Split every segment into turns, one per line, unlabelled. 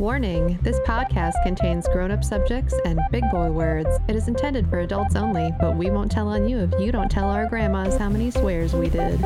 Warning this podcast contains grown up subjects and big boy words. It is intended for adults only, but we won't tell on you if you don't tell our grandmas how many swears we did.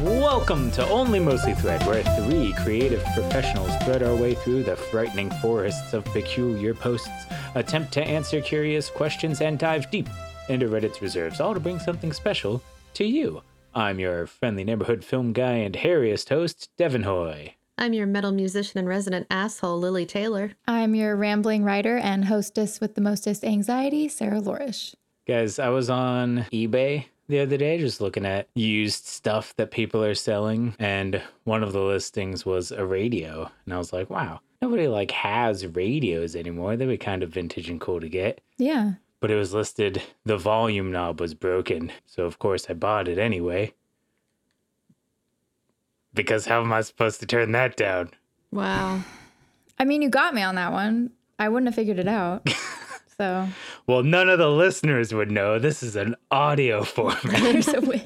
Welcome to Only Mostly Thread, where three creative professionals thread our way through the frightening forests of peculiar posts, attempt to answer curious questions, and dive deep into Reddit's reserves, all to bring something special to you. I'm your friendly neighborhood film guy and hairiest host, Devin Hoy.
I'm your metal musician and resident asshole, Lily Taylor.
I'm your rambling writer and hostess with the mostest anxiety, Sarah Lorish.
Guys, I was on eBay the other day just looking at used stuff that people are selling and one of the listings was a radio and I was like, wow, nobody like has radios anymore. They were kind of vintage and cool to get.
Yeah.
But it was listed the volume knob was broken. So of course I bought it anyway. Because how am I supposed to turn that down?
Wow.
I mean, you got me on that one. I wouldn't have figured it out. so
Well, none of the listeners would know. This is an audio format.
there's a win.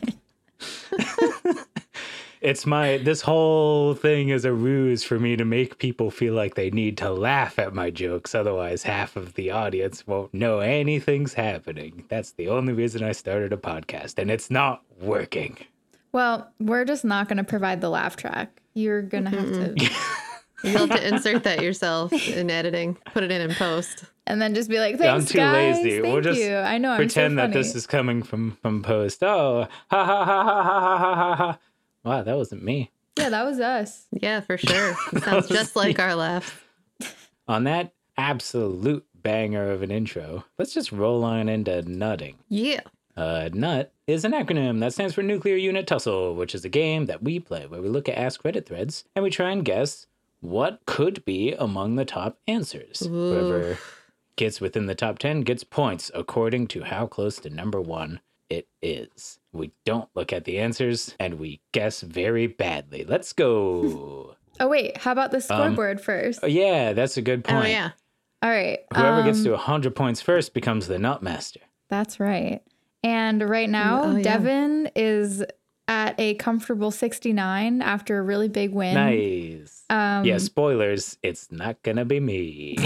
It's my this whole thing is a ruse for me to make people feel like they need to laugh at my jokes, otherwise half of the audience won't know anything's happening. That's the only reason I started a podcast, and it's not working.
Well, we're just not going to provide the laugh track. You're going to have to.
You'll have to insert that yourself in editing, put it in in post.
And then just be like, thanks,
I'm too
guys.
lazy.
Thank
we'll just
you. I know. Oh, I'm so
pretend that this
funny."
is coming from from post. Oh, ha ha ha ha ha ha ha ha! Wow, that wasn't me.
Yeah, that was us.
Yeah, for sure. It sounds just like our laughs.
On that absolute banger of an intro, let's just roll on into nutting.
Yeah.
Uh, NUT is an acronym that stands for Nuclear Unit Tussle, which is a game that we play where we look at Ask Reddit threads and we try and guess what could be among the top answers. Whoever gets within the top 10 gets points according to how close to number one it is. We don't look at the answers and we guess very badly. Let's go.
Oh, wait. How
Um,
about the scoreboard first?
oh, yeah, that's a good point.
Oh, yeah.
All right.
Whoever gets
um,
to 100 points first becomes the Nut Master.
That's right. And right now,
oh, yeah.
Devin is at a comfortable 69 after a really big win.
Nice.
Um,
yeah, spoilers. It's not gonna be me.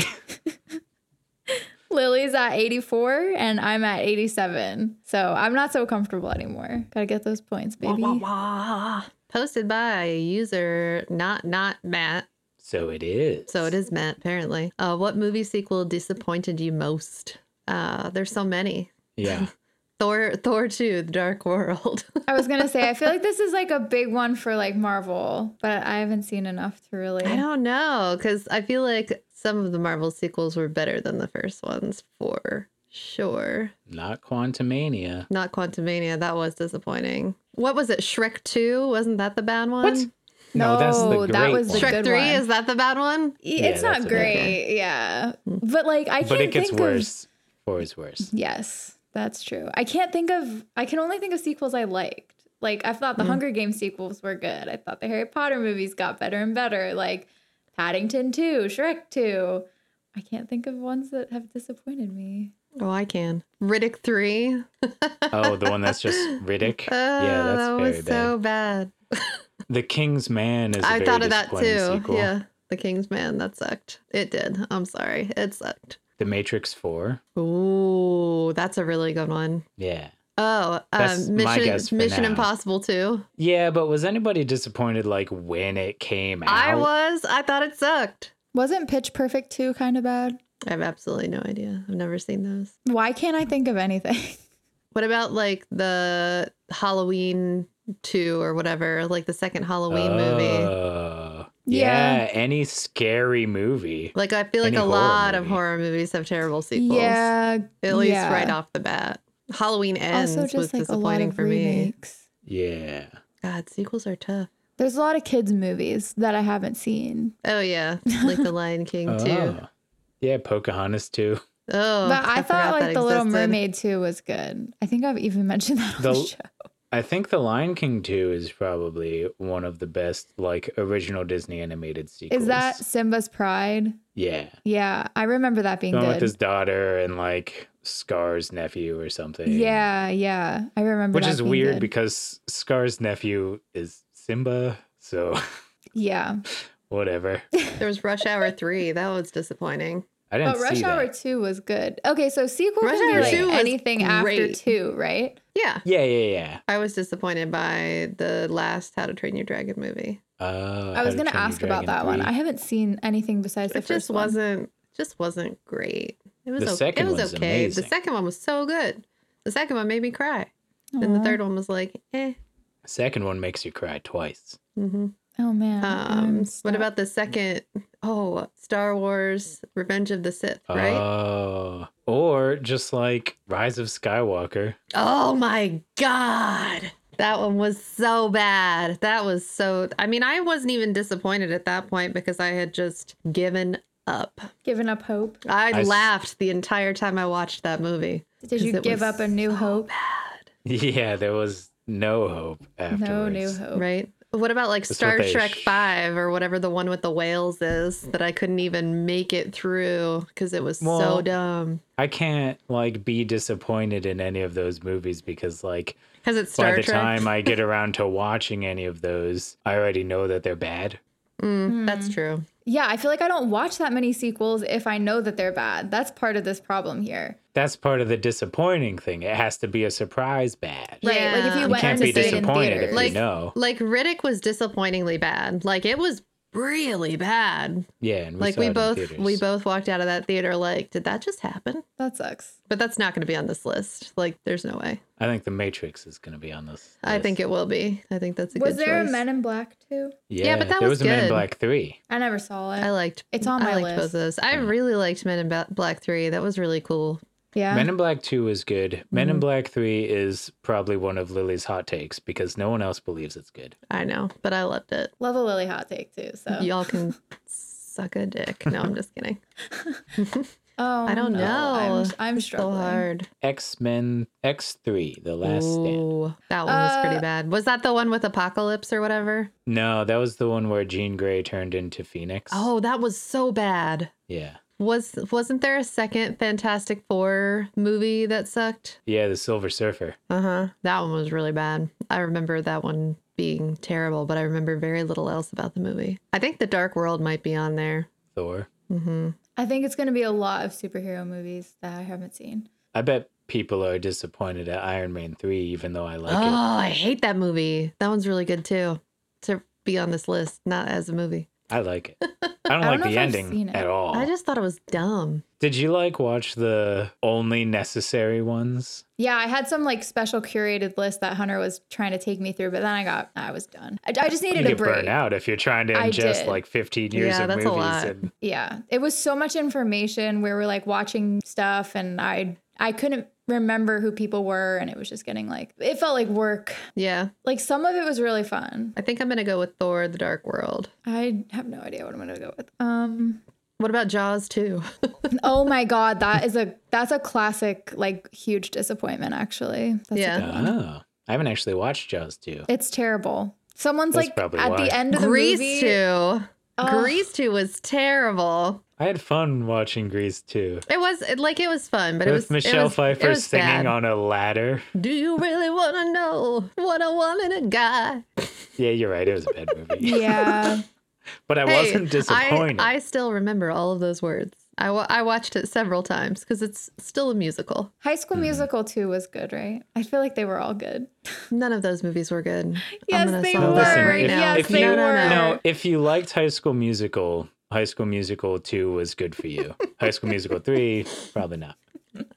Lily's at 84 and I'm at 87. So I'm not so comfortable anymore. Gotta get those points, baby.
Posted by user not not Matt.
so it is.
So it is Matt, apparently. Uh, what movie sequel disappointed you most? Uh, there's so many.
Yeah.
Thor, Thor 2, The Dark World.
I was gonna say, I feel like this is like a big one for like Marvel, but I haven't seen enough to really.
I don't know, because I feel like some of the Marvel sequels were better than the first ones for sure.
Not Quantumania.
Not Quantumania, that was disappointing. What was it? Shrek 2? Wasn't that the bad one?
No, that's the
No, that
great
was the
one.
good
Shrek 3,
one.
is that the bad one?
Yeah, it's
that's
not
a good
great,
one.
yeah. But like, I can't.
But it gets
think Of,
worse. Four is worse.
yes, that's true. I can't think of. I can only think of sequels I liked. Like I thought the Hunger Games sequels were good. I thought the Harry Potter movies got better and better. Like Paddington Two, Shrek Two. I can't think of ones that have disappointed me.
Oh, I can. Riddick 3.
Oh, the one that's just Riddick.
Oh,
yeah, that's
that
very
was
bad.
so bad.
The King's Man is. a
I
very
thought of that
disappointing
too.
Sequel.
Yeah. The King's Man. That sucked. It did. I'm sorry. It sucked.
The Matrix Four.
Ooh, that's a really good one.
Yeah.
Oh,
That's
um,
my
Mission
guess for
Mission
now.
Impossible too.
Yeah, but was anybody disappointed like when it came out?
I was. I thought it sucked.
Wasn't Pitch Perfect 2 kind of bad?
I have absolutely no idea. I've never seen those.
Why can't I think of anything?
What about like the Halloween two or whatever, like the second Halloween movie?
Oh.
Yeah.
yeah. Any scary movie.
Like I feel like
Any
a
horror
lot of
movie.
horror movies have terrible sequels.
Yeah.
At least
yeah.
right off the bat. Halloween ends
Also, just
was
like a lot
disappointing
of
for me.
remakes.
Yeah.
God, sequels are tough.
There's a lot of kids' movies that I haven't seen.
Oh yeah, like the Lion King too.
Oh. Yeah, Pocahontas too.
Oh,
but I, thought
forgot
like
that
The Little
existed.
Mermaid 2 was good. I think I've even mentioned that on the,
The-
show.
I think The Lion King 2 is probably one of the best like original Disney animated sequels.
Is that Simba's Pride?
Yeah.
Yeah, I remember that being
The one
good.
with his daughter and like Scar's nephew or something.
yeah, yeah, I remember.
Which
that
is
being
weird
good.
because Scar's nephew is Simba, so
yeah,
whatever.
There was Rush Hour 3. That was disappointing.
I didn't
but Oh, Rush
see
Hour
that.
Two was good. Okay, so sequel
Rush
can be
Hour
like
2
was
anything after
great.
two, right?
Yeah.
Yeah, yeah,
I was disappointed by the last How to Train Your Dragon movie.
yeah. Uh,
I was
How to
gonna
Train Your
ask about
Dragon
that one.
3.
I haven't seen anything besides the
It just
first one.
wasn't just wasn't great. It was
The
o-
second
it was
one's
okay.
amazing.
The second one was so good. The second one made me cry. And the
Aw.
third one was like, eh.
Second one makes you cry twice.
hmm
Oh man. I'm
Um,
stuck.
what about the second? Oh, Star Wars: Revenge of the Sith, right?
Oh. Or just like Rise of Skywalker.
oh my god, that one was so bad. That was so. I mean, I wasn't even disappointed at that point because I had just given up.
giving up hope?
I,
I s-
laughed the entire time I watched that movie.
Did you
'Cause it
give
was
up a new
so
hope?
bad,
Yeah, there was no hope afterwards.
No new hope.
right? What about like
That's
Star
what they
Trek
sh-
Five or whatever the one with the whales is that I couldn't even make it through because it was so
Well,
dumb.
I can't like be disappointed in any of those movies because like
Because it's Star
by the
Trek.
time I get around to watching any of those, I already know that they're bad.
Mm-hmm.
Mm, That's true.
Yeah, I feel like I don't watch that many sequels if I know that they're bad. That's part of this problem here.
That's part of the disappointing thing. It has to be a surprise bad.
Right. Like if
Yeah.
you
You
went
can't
to
be
see it in
disappointed if
theaters.
you
Like,
know.
like Riddick was disappointingly bad. Like it was really bad.
Yeah, and we
like
saw it
we
in
both
theaters.
we both walked out of that theater like, did that just happen?
that sucks.
But that's not going to be on this list. Like there's no way.
I think the Matrix is going to be on this.
I
list.
think it will be. I think that's a
Was
good
there
choice.
a Men in Black too?
Yeah,
but that
there
was
was a Men in
good.
Black Three.
I never saw it.
I liked
It's on my
I liked
list.
both of those. I really liked Men in Ba- Black 3. That was really cool.
yeah.
Men in Black Two was good. Men
Mm-hmm.
in Black Three is probably one of Lily's hot takes because no one else believes it's good.
I know, but I loved it.
Love a Lily hot take too. So
Y'all can suck a dick. No, I'm just kidding.
oh,
I don't
no,
know.
I'm, I'm
It's so
struggling.
hard.
X Men X Three, The Last Stand.
Ooh, that one was pretty
Uh,
bad. Was that the one with Apocalypse or whatever?
No, that was the one where Jean Grey turned into Phoenix.
Oh, that was so bad.
yeah,
Was wasn't there a second Fantastic Four movie that sucked?
yeah, the Silver Surfer.
Uh huh. That one was really bad. I remember that one being terrible, but I remember very little else about the movie. I think The Dark World might be on there.
Thor.
hmm
I think it's going to be a lot of superhero movies that I haven't seen.
I bet people are disappointed at Iron Man Three, even though I like
oh,
it.
I hate that movie. That one's really good too. To be on this list, not as a movie.
I like it. I don't,
I don't
like
know if
the
I've seen
ending
it.
at all.
I just thought it was dumb.
Did you like watch the only necessary ones?
Yeah, I had some like special curated list that Hunter was trying to take me through, but then I got, I was done. I, I just
You
needed a
get
break.
burnt out if you're trying to
I
ingest
did.
like 15 years
Yeah,
of
that's a
movies.
lot.
And
Yeah, it was so much information. We were like watching stuff, and I I couldn't remember who people were, and it was just getting like it felt like work.
Yeah,
Like some of it was really fun.
I think I'm gonna go with Thor: The Dark World.
I have no idea what I'm gonna go with. Um.
What about Jaws too?
Oh my god, that is a that's a classic like huge disappointment. Actually, that's a
Yeah.
good one.
oh, I haven't actually watched Jaws 2.
it's terrible. Someone's
That's
like at
probably why.
the end of the movie.
Grease too.
Ugh.
Grease too was terrible.
I had fun watching Grease 2
It was it, like it was fun, but it was
with
it
Michelle
was- it
Pfeiffer
was
singing
bad.
on a ladder.
Do you really want to know what I want in a guy?
Yeah, you're right. It was a bad movie.
Yeah,
But I
Hey,
wasn't disappointed.
I, I still remember all of those words. I wa- I watched it several times because it's still a musical.
High School
Hmm.
Musical two was good, right? I feel like they were all good.
None of those movies were good. I'm
Yes,
gonna
they
solve
were.
this
Listen,
right
if-
now.
if
they
no, no,
were.
no.
No, if you liked High School Musical, High School Musical 2 was good for you. High School Musical 3, probably not.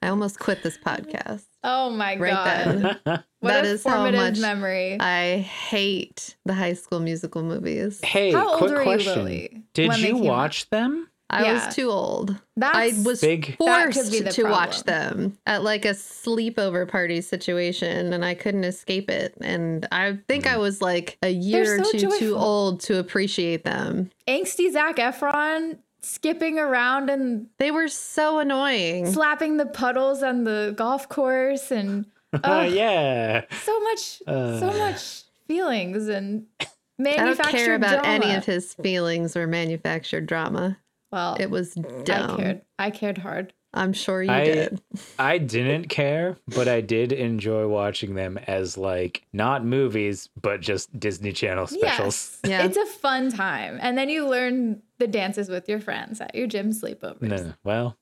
I almost quit this podcast
Oh my
right
god,
then.
what
That
a
is how
formative
much
memory.
I hate the High School Musical movies.
Hey,
How old
quick
were you,
question.
Lily,
Did
when they
you
came out?
watch them?
I
Yeah.
was too old.
That's
I was
Big-
That could
forced
be the
to watch
problem.
them at like a sleepover party situation, and I couldn't escape it. And I think
Mm.
I was like a year or
so
two too
joyful.
old to appreciate them.
angsty Zach Efron skipping around and
They were so annoying.
slapping the puddles on the golf course and
Uh, yeah.
So much, so
Uh.
much feelings and
I
manufactured
don't care about
drama.
any of his feelings or manufactured drama.
Well,
It was
I
dumb.
cared. I cared hard.
I'm sure you
I-
did.
I didn't care, but I did enjoy watching them as like not movies, but just Disney Channel specials.
Yes.
Yeah.
It's a fun time. And then you learn the dances with your friends at your gym sleepovers.
No, well,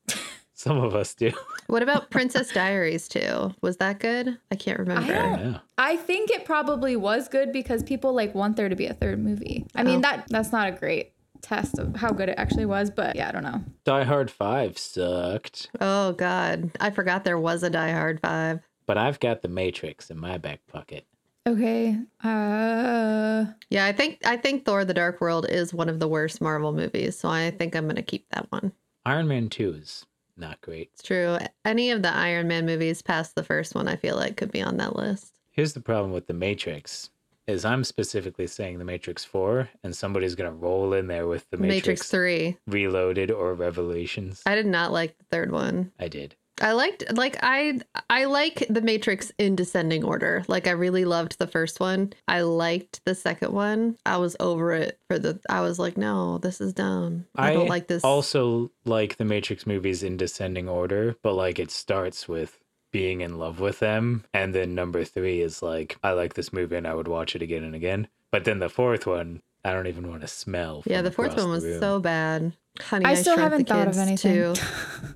some of us do.
What about Princess Diaries too? Was that good? I can't remember.
don't-
Yeah.
I think it probably was good because people like want there to be a third movie. I mean
Oh.
that that's not a great test of how good it actually was, but yeah, I don't know.
Die Hard 5 sucked,
Oh God, I forgot there was a Die Hard Five.
but I've got The Matrix in my back pocket.
Okay. Uh
Yeah, I think I think Thor: The Dark World is one of the worst Marvel movies, so I think I'm gonna keep that one.
Iron Man 2 is not great.
It's true. Any of the Iron Man movies past the first one, I feel like could be on that list.
Here's the problem with The Matrix is I'm specifically saying The Matrix 4 and somebody's going to roll in there with The
Matrix,
Matrix,
Three.
Reloaded or Revelations. I,
I did not like the third one.
did.
I liked like I I like the Matrix in descending order. Like I really loved the first one. I liked the second one. I was over it for the I was like, no, this is dumb. I, don't like this.
Also like The Matrix movies in descending order, but like it starts with being in love with them and then number 3 is like I like this movie and I would watch it again and again. But then the fourth one I don't even want to smell.
yeah,
from
the fourth
across
one was
the room.
so bad. Honey, I,
I still
Shrunk the
haven't thought of
Kids,
anything.
too.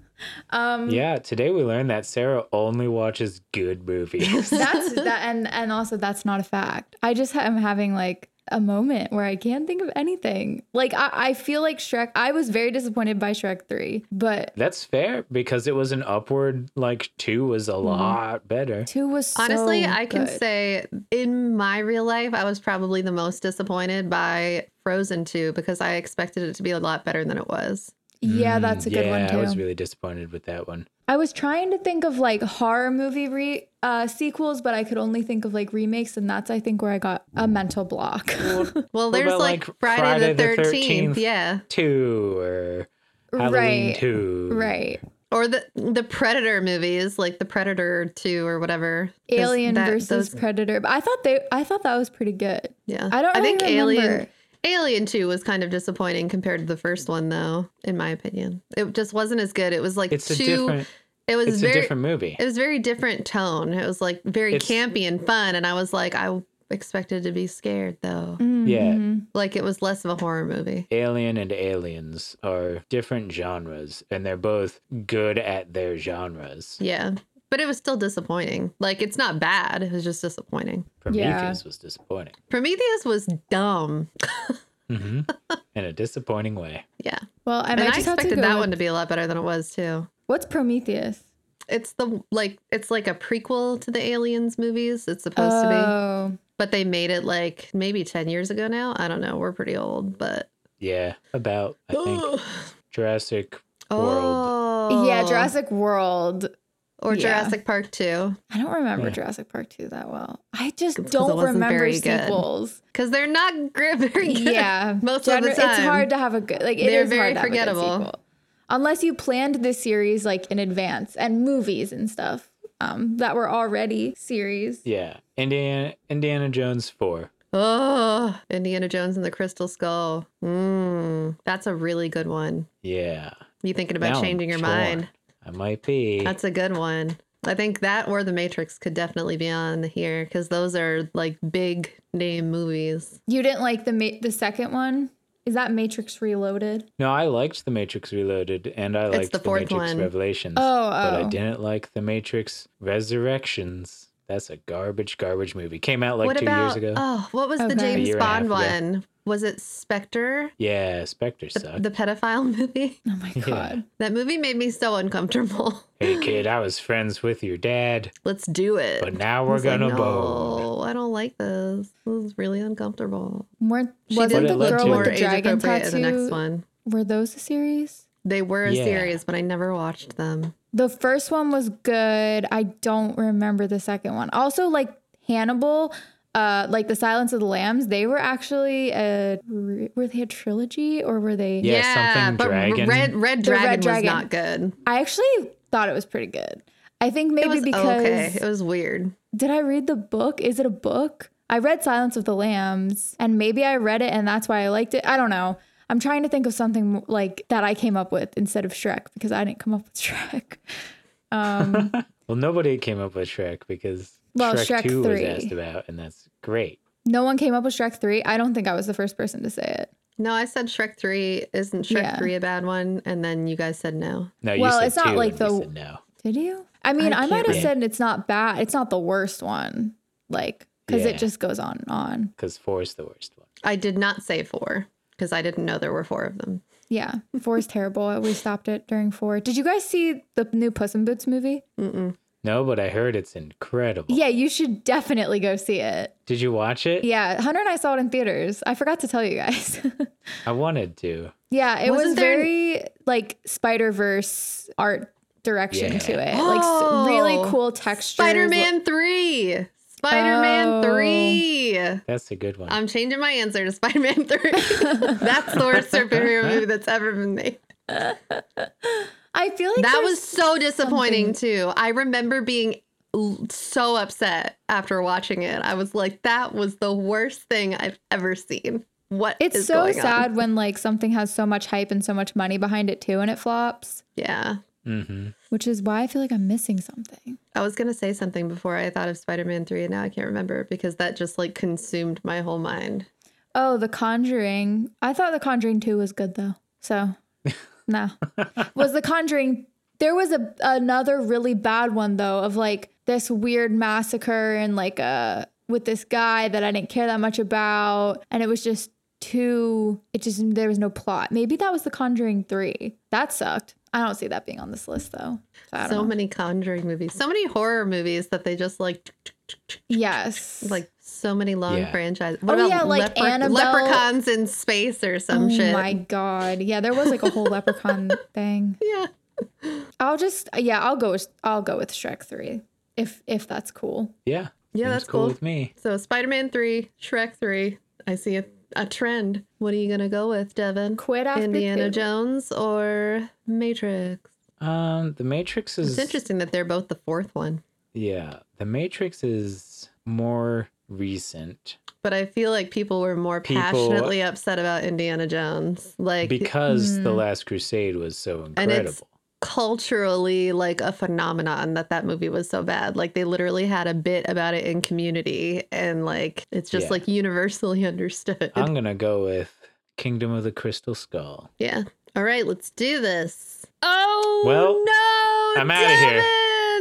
um
Yeah, today we learned that Sarah only watches good movies.
that's that and and also that's not a fact. I just ha- am having like a moment where I can't think of anything. Like I, I feel like Shrek I was very disappointed by Shrek 3, but
That's fair because it was an upward like two was a
Mm-hmm.
lot better.
2 was so
Honestly, I can
good.
say in my real life, I was probably the most disappointed by Frozen 2 because I expected it to be a lot better than it was.
Yeah,
Mm,
that's a good one
yeah,
too.
I was really disappointed with that one.
I was trying to think of like horror movie re- uh, sequels, but I could only think of like remakes, and that's I think where I got a mental block.
Well, there's
about,
like,
like,
Friday, the,
Friday the
13th,
13th?
yeah.
Two or Halloween
right,
two.
right.
Or the the Predator movies, like the Predator 2 or whatever. 'Cause
Alien
that-
versus
those-
Predator. But I thought they, I thought that was pretty good.
yeah.
I don't really
Alien
remember.
Alien 2 was kind of disappointing compared to the first one though, in my opinion. It just wasn't as good. It was like
It's a
two
different
it was
it's
very
a different movie.
it was very different tone. It was like very
It's-
campy and fun, and I was like, I expected to be scared
Mm.
though.
Mm-hmm.
Yeah.
Like it was less of a horror movie.
Alien and Aliens are different genres and they're both good at their genres.
Yeah, but it was still disappointing. Like it's not bad. It was just disappointing.
Prometheus was disappointing.
Prometheus was dumb.
hmm in a disappointing way.
Yeah,
Well, I
and
might
I
just have to
expected
go.
that
with-
one to be a lot better than it was too.
What's Prometheus?
It's the like it's like a prequel to the Aliens movies. It's supposed to be,
Oh,
but they made it like maybe ten years ago now. I don't know. We're pretty old, but
Yeah. About I think Jurassic World.
oh
yeah, Jurassic World.
or
Yeah.
Jurassic Park Two.
I don't remember
Yeah.
Jurassic Park two that well. I just
Because it
don't
wasn't
remember
very good.
sequeels.
Because they're not gr- very good.
yeah
most of the
it's
time.
hard to have a good like it
They're
is
very
hard to have a good
forgettable.
sequel. unless you planned this series like in advance and movies and stuff um that were already series
Yeah. Indiana Indiana Jones four.
Oh, Indiana Jones and the Crystal Skull. Mm, that's a really good one.
Yeah.
You thinking about
Now I'm
changing your
torn.
mind?
I might be.
That's a good one. I think that or The Matrix could definitely be on here because those are like big name movies.
you didn't like the ma- the second one is that matrix reloaded
no, I liked The Matrix Reloaded and I liked
the
The,
fourth
Matrix
one.
Revelations.
Oh,
But I
oh.
didn't like The Matrix Resurrections. That's a garbage, garbage movie. Came out like
what
two
about
years ago.
oh, what was the
Okay. A
James
year and a half
Bond
ago.
one? Was it Spectre?
yeah, Spectre
The,
sucked.
the pedophile movie?
oh my god
That movie made me so uncomfortable.
hey kid, I was friends with your dad,
Let's do it.
but now we're
It's like,
gonna bone.
no, I don't like this. This is really uncomfortable.
weren't
She
wasn't
did
the
it led
girl
to-
with
more
the
age
dragon
appropriate
tattoo
in the next one.
were those a series
They were a
Yeah.
series, but I never watched them.
The first one was good. I don't remember the second one. Also, like Hannibal, uh, like the Silence of the Lambs, they were actually a were they a trilogy or were they?
Yeah, something
but
dragon.
Red Red
The
Dragon
Red
was
Dragon.
not good.
I actually thought it was pretty good. I think
It
maybe
was
because
okay. It was weird.
did I read the book? Is it a book? I read Silence of the Lambs and maybe I read it and that's why I liked it. I don't know. I'm trying to think of something like that I came up with instead of Shrek because I didn't come up with Shrek. Um,
Well, nobody came up with Shrek because
Well,
Shrek,
Shrek
2 was
3.
asked about, and that's great.
no one came up with Shrek 3. I don't think I was the first person to say it.
No, I said Shrek 3. Isn't Shrek
Yeah.
3 a bad one? And then you guys said no.
No, you
Well,
said
it's not
two,
like
and we
the-
said no.
Did you? I mean,
I
I, might
can't
have
remember.
said it's not bad. It's not the worst one, like, because
Yeah.
it just goes on and on.
because four is the worst one.
I did not say four because I didn't know there were four of them.
Yeah. Four is terrible. We stopped it during four. Did you guys see the new Puss in Boots movie?
Mm-mm.
No, but I heard it's incredible.
Yeah, you should definitely go see it.
Did you watch it?
Yeah, Hunter and I saw it in theaters. I forgot to tell you guys.
I wanted to.
yeah, it was
Wasn't there-
very like Spider Verse art direction
Yeah.
to it. like s-
Oh,
really cool textures.
Spider Man 3. Spider Man
Oh.
3.
That's a good one.
I'm changing my answer to Spider Man 3. that's the worst superhero movie that's ever been made.
I feel like
That
there's-
was so disappointing, too. I remember being l- so upset after watching it. I was like, that was the worst thing I've ever seen. What
It's
is
so
going on?
sad when like something has so much hype and so much money behind it too, and it flops.
Yeah.
hmm
Which is why I feel like I'm missing something.
I was gonna say something before I thought of Spider Man three, and now I can't remember because that just like consumed my whole mind.
Oh, The Conjuring. I thought The Conjuring Two was good though. So, no, was The Conjuring. There was a another really bad one though of like this weird massacre and like uh with this guy that I didn't care that much about, and it was just too. It just there was no plot. Maybe that was The Conjuring Three. That sucked. I don't see that being on this list though. So, I don't
So
know.
many Conjuring movies, so many horror movies that they just like
yes,
like so many long
Yeah.
franchises. What
Oh,
about
yeah, like
lepre-
Annabelle-
leprechauns in space or some
oh
shit?
my god, yeah, there was like a whole leprechaun thing.
Yeah,
I'll just yeah, I'll go with- I'll go with Shrek 3 if if that's cool.
Yeah.
yeah,
Seems
that's cool.
with me.
So Spider Man three, Shrek three. I see a, a trend. What are you gonna go with, Devin?
Quit after
Indiana
two.
Jones or Matrix?
Um, The Matrix is
It's interesting that they're both the fourth one.
Yeah, The Matrix is more recent
But I feel like people were more
People-
passionately upset about Indiana Jones. Like
because The
Mm.
Last Crusade was so
it's-
incredible.
culturally like a phenomenon that that movie was so bad. Like they literally had a bit about it in community and like it's just
Yeah.
like universally understood.
I'm gonna go with Kingdom of the Crystal Skull.
yeah. All right, let's do this. Oh
Well,
no.
I'm outta here.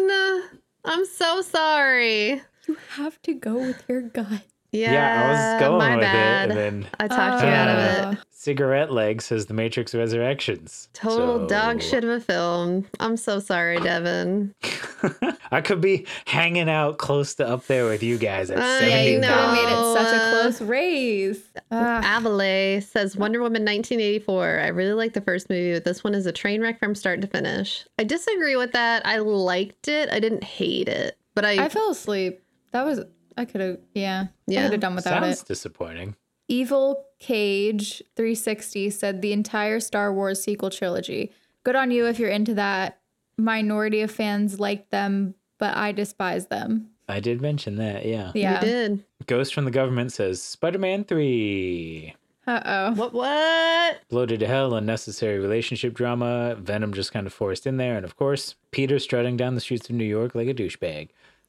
Devin! I'm so sorry.
You have to go with your gut.
Yeah,
Yeah, I was going
my
with
bad.
it, and then
I talked you out of it.
Ah. Cigarette Leg says The Matrix Resurrections.
Total dog
So-
shit of a film. I'm so sorry, Devin.
I could be hanging out close to up there with you guys at
Uh,
Yeah,
seventeen
you could have made
dollars.
know.
it such a
uh,
close race. Ah.
Avalay says Wonder Woman 1984. I really like the first movie, but this one is a train wreck from start to finish. I disagree with that. I liked it. I didn't hate it, but I,
I fell asleep. That was I could have yeah.
Yeah.
I could have done without
Sounds
it.
disappointing.
Evil Cage 360 said the entire Star Wars sequel trilogy. Good on you if you're into that. Minority of fans liked them, but I despise them.
I did mention that, yeah.
yeah.
Yeah.
did.
Ghost from the Government says Spider Man 3.
Uh oh.
What? What?
Bloated to hell, unnecessary relationship drama. Venom just kind of forced in there. And of course, Peter strutting down the streets of New York like a douchebag.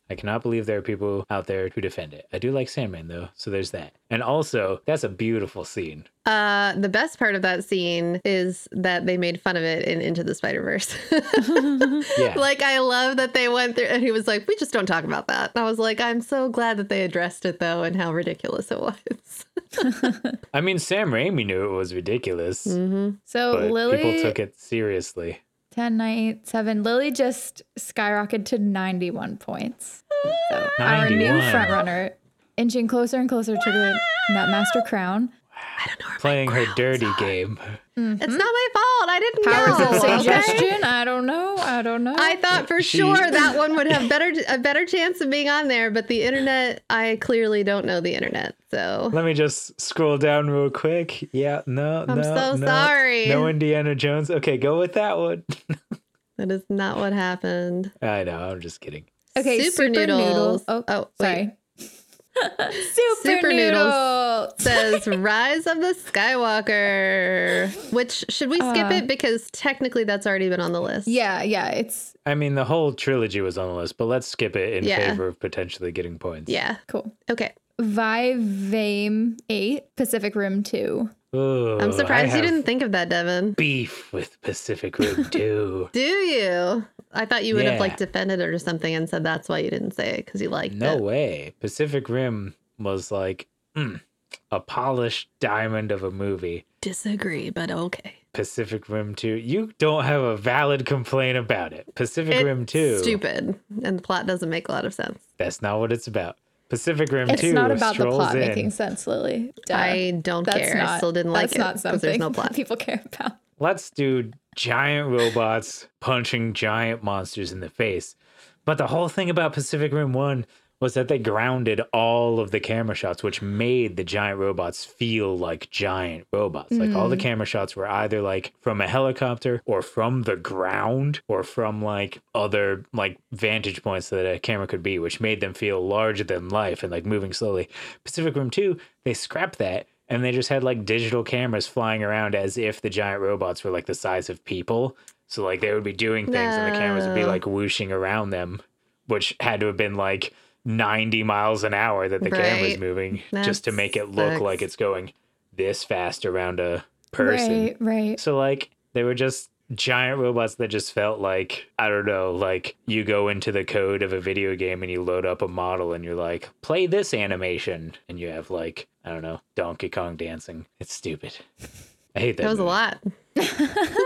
I cannot believe there are people out there who defend it. I do like Sandman, though, so there's that. And also, that's a beautiful scene.
Uh, the best part of that scene is that they made fun of it in Into the Spider Verse.
Yeah.
Like I love that they went through, and he was like, "We just don't talk about that." And I was like, "I'm so glad that they addressed it though, and how ridiculous it was."
I mean, Sam Raimi knew it was ridiculous,
hmm
So
but
Lily
people took it seriously.
10, 9, 7. Lily just skyrocketed to 91 points. So our new
91.
frontrunner, inching closer and closer to the Nutmaster crown.
Playing her dirty game.
It's not my fault. I didn't
Mm-hmm. Powers
know.
of
okay?
suggestion? I don't know. I don't know.
I thought for
She-
sure that one would have better a better chance of being on there, but the internet, I clearly don't know the internet. So
Let me just scroll down real quick. Yeah, no,
I'm
no.
so
no.
sorry.
No Indiana Jones. Okay, go with that one.
That is not what happened.
I know. I'm just kidding.
Okay, super, noodles. Oh,
oh wait.
sorry. super,
Super
noodles.
noodles. says Rise of the Skywalker, which should we skip
Uh.
it because technically that's already been on the list.
Yeah, yeah. It's
I mean, the whole trilogy was on the list, but let's skip it in
Yeah.
favor of potentially getting points.
Yeah.
cool.
Okay.
Vivame 8, Pacific Rim 2.
Ooh,
I'm
I
surprised you
have
didn't think of that, Devin.
beef with Pacific Rim 2.
Do you? I thought you would have like
Yeah.
defended it or something and said that's why you didn't say it because you liked
no
it.
way. Pacific Rim was like mm, a polished diamond of a movie.
Disagree, but okay.
Pacific Rim 2. You don't have a valid complaint about it. Pacific Rim
It's
2.
Stupid. And the plot doesn't make a lot of sense.
That's not what it's about. Pacific Rim
It's
2
not about the
strolls
plot
in.
making sense, Lily. Duh.
I don't care. I still didn't like
that's
it
Uh, not something
there's no
that
plot.
people care about.
Let's do giant robots punching giant monsters in the face. But the whole thing about Pacific Rim 1 was that they grounded all of the camera shots, which made the giant robots feel like giant robots. Like all the camera shots were either like from a helicopter or from the ground or from like other like vantage points that a camera could be, which made them feel larger than life and like moving slowly. Pacific Rim 2, they scrapped that and they just had like digital cameras flying around as if the giant robots were like the size of people. So like they would be doing things and the cameras would be
No.
like whooshing around them, which had to have been like 90 miles an hour that the camera's
Right.
moving
That
just to make it look
sucks.
like it's going this fast around a person.
Right, right.
So like they were just giant robots that just felt like I don't know, like you go into the code of a video game and you load up a model and you're like, play this animation, and you have like I don't know, Donkey Kong dancing. It's stupid. I hate that.
That was a
movie.
lot.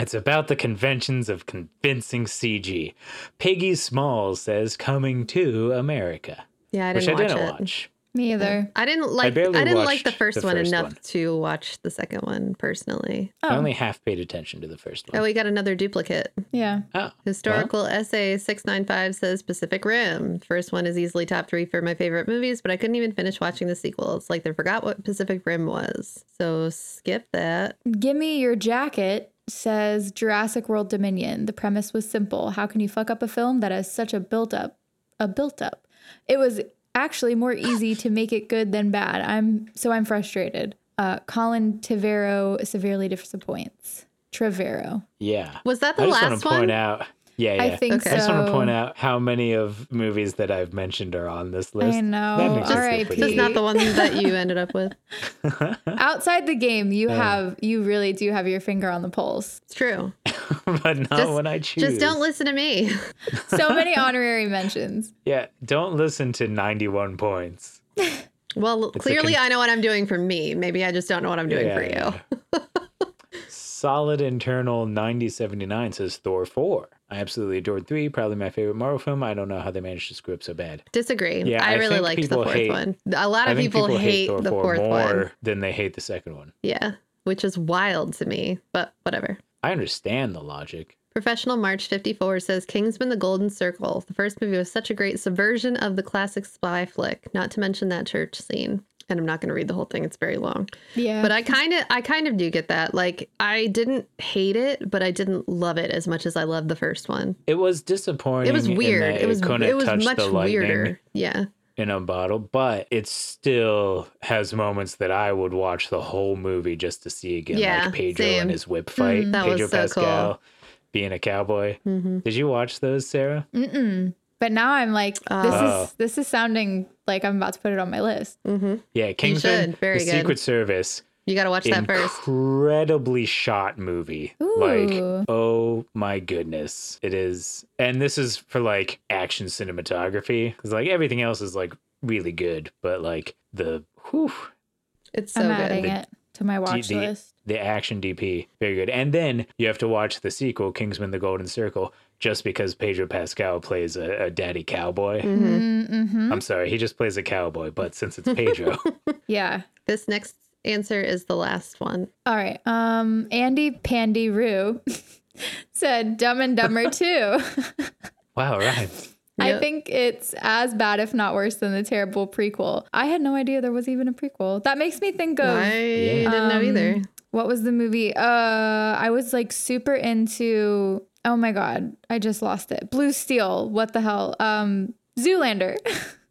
It's about the conventions of convincing CG. Piggy Smalls says coming to America,
Yeah, I
which I
didn't, watch,
didn't
it.
watch.
Me either.
I didn't like. I,
barely
didn't like
watched
the first
the
one
first
enough
one.
to watch the second one personally.
I
Oh,
only half paid attention to the first
Oh,
one.
we got another duplicate.
yeah.
Oh,
Historical essay six nine five says Pacific Rim. First one is easily top three for my favorite movies, but I couldn't even finish watching the sequel. It's like they forgot what Pacific Rim was. So skip that.
Gimme Your Jacket says Jurassic World Dominion. The premise was simple. How can you fuck up a film that has such a built up? A built up. It was actually more easy to make it good than bad. I'm so I'm frustrated. Uh, Colin Tavero severely disappoints. Trevero.
yeah.
Was that the
I just want
last
to point
one?
out. Yeah, yeah.
I think
Okay.
so.
I just want to point out how many of movies that I've mentioned are on this list.
I
That
know.
makes me feel
R.I.P.
pretty
That's not the one that you ended up with.
Outside the game, you have you really do have your finger on the pulse.
It's true.
but not
Just-
when I choose.
Just don't listen to me.
So many honorary mentions.
Yeah, don't listen to 91 points.
Well,
a
clearly
con-
I know what I'm doing for me. Maybe I just don't know what I'm doing for you.
Yeah. Solid internal 9079 says Thor 4. I absolutely adored 3, probably my favorite Marvel film. I don't know how they managed to screw up so bad.
Disagree.
Yeah,
I,
I
really
think
liked the
people
fourth
hate-
one. A lot
I
of
think
people, hate,
Thor
the
4
fourth
more
one.
than they hate the second one.
Yeah, which is wild to me, but whatever.
I understand the logic.
Professional March 54 says Kingsman the Golden Circle. The first movie was such a great subversion of the classic spy flick, not to mention that church scene. And I'm not going to read the whole thing, it's very long.
Yeah.
But I kind of I kind of do get that. Like I didn't hate it, but I didn't love it as much as I loved the first one.
It was disappointing.
It was
in that
weird. It was
couldn't
it
touch
was much
the lightning.
weirder. Yeah.
in a bottle, but it still has moments that I would watch the whole movie just to see again.
Yeah,
like Pedro
same. Mm,
and his whip fight,
that was
Pedro
so cool.
Pascal being a cowboy.
Mhm.
Did you watch those, Sarah?
Mm-mm. But now I'm like, this
Oh.
is this is sounding like I'm about to put it on my list.
Mhm.
Yeah, Kingsman,
should. Very
the
good.
Secret Service,
You got to watch that first.
incredibly shot movie.
Ooh.
Like, oh my goodness, it is. And this is for like action cinematography because like everything else is like really good, but like the whew,
It's
I'm
so
adding
good.
it to my watch
the-
list.
the action DP, very good. And then you have to watch the sequel, Kingsman: The Golden Circle, just because Pedro Pascal plays a, a daddy cowboy.
Mhm.
Mm-hmm.
I'm sorry, he just plays a cowboy, but since it's Pedro,
Yeah.
This next answer is the last one.
All right. Um, Andy Pandy Roo said Dumb and Dumber 2.
wow, right?
I
Yep.
think it's as bad, if not worse, than the terrible prequel. I had no idea there was even a prequel. That makes me think of
I didn't know
Um,
either.
what was the movie? Uh, I was like super into. Oh my god, I just lost it. Blue Steel. What the hell? Um, Zoolander.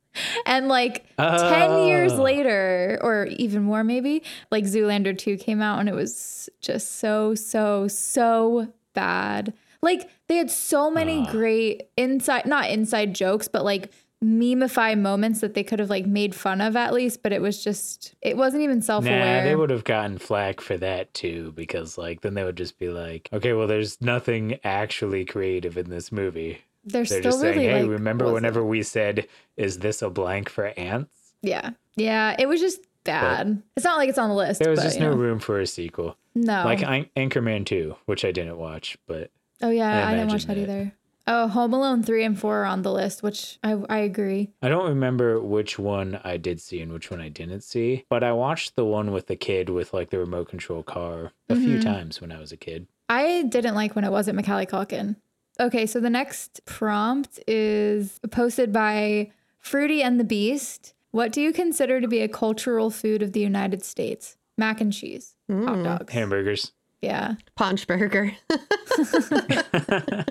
and like ten years
Oh.
later, or even more maybe, like Zoolander two came out, and it was just so so so bad. Like they had so many
Ah.
great inside, not inside jokes, but like memeify moments that they could have like made fun of at least. But it was just, it wasn't even self aware.
Nah, they would have gotten flack for that too, because like then they would just be like, okay, well, there's nothing actually creative in this movie.
They're,
They're
still
just
really
saying, hey,
like,
remember
wasn't-
whenever we said, is this a blank for ants?
Yeah, yeah, it was just bad. it's not like it's on the list.
There was
but, Oh.
just
you
no
know.
room for a sequel.
no.
Like An- Anchorman 2, which I didn't watch, but
oh yeah,
I
I, didn't watch that
imagine that.
either. Oh, Home Alone three and four are on the list, which I I agree.
I don't remember which one I did see and which one I didn't see, but I watched the one with the kid with like the remote control car a few
Mhm.
times when I was a kid.
I didn't like when it wasn't Macaulay Culkin. Okay, so the next prompt is posted by Fruity and the Beast. What do you consider to be a cultural food of the United States? Mac and cheese, hot
Mm.
dogs.
Hamburgers.
Yeah.
Punch burger.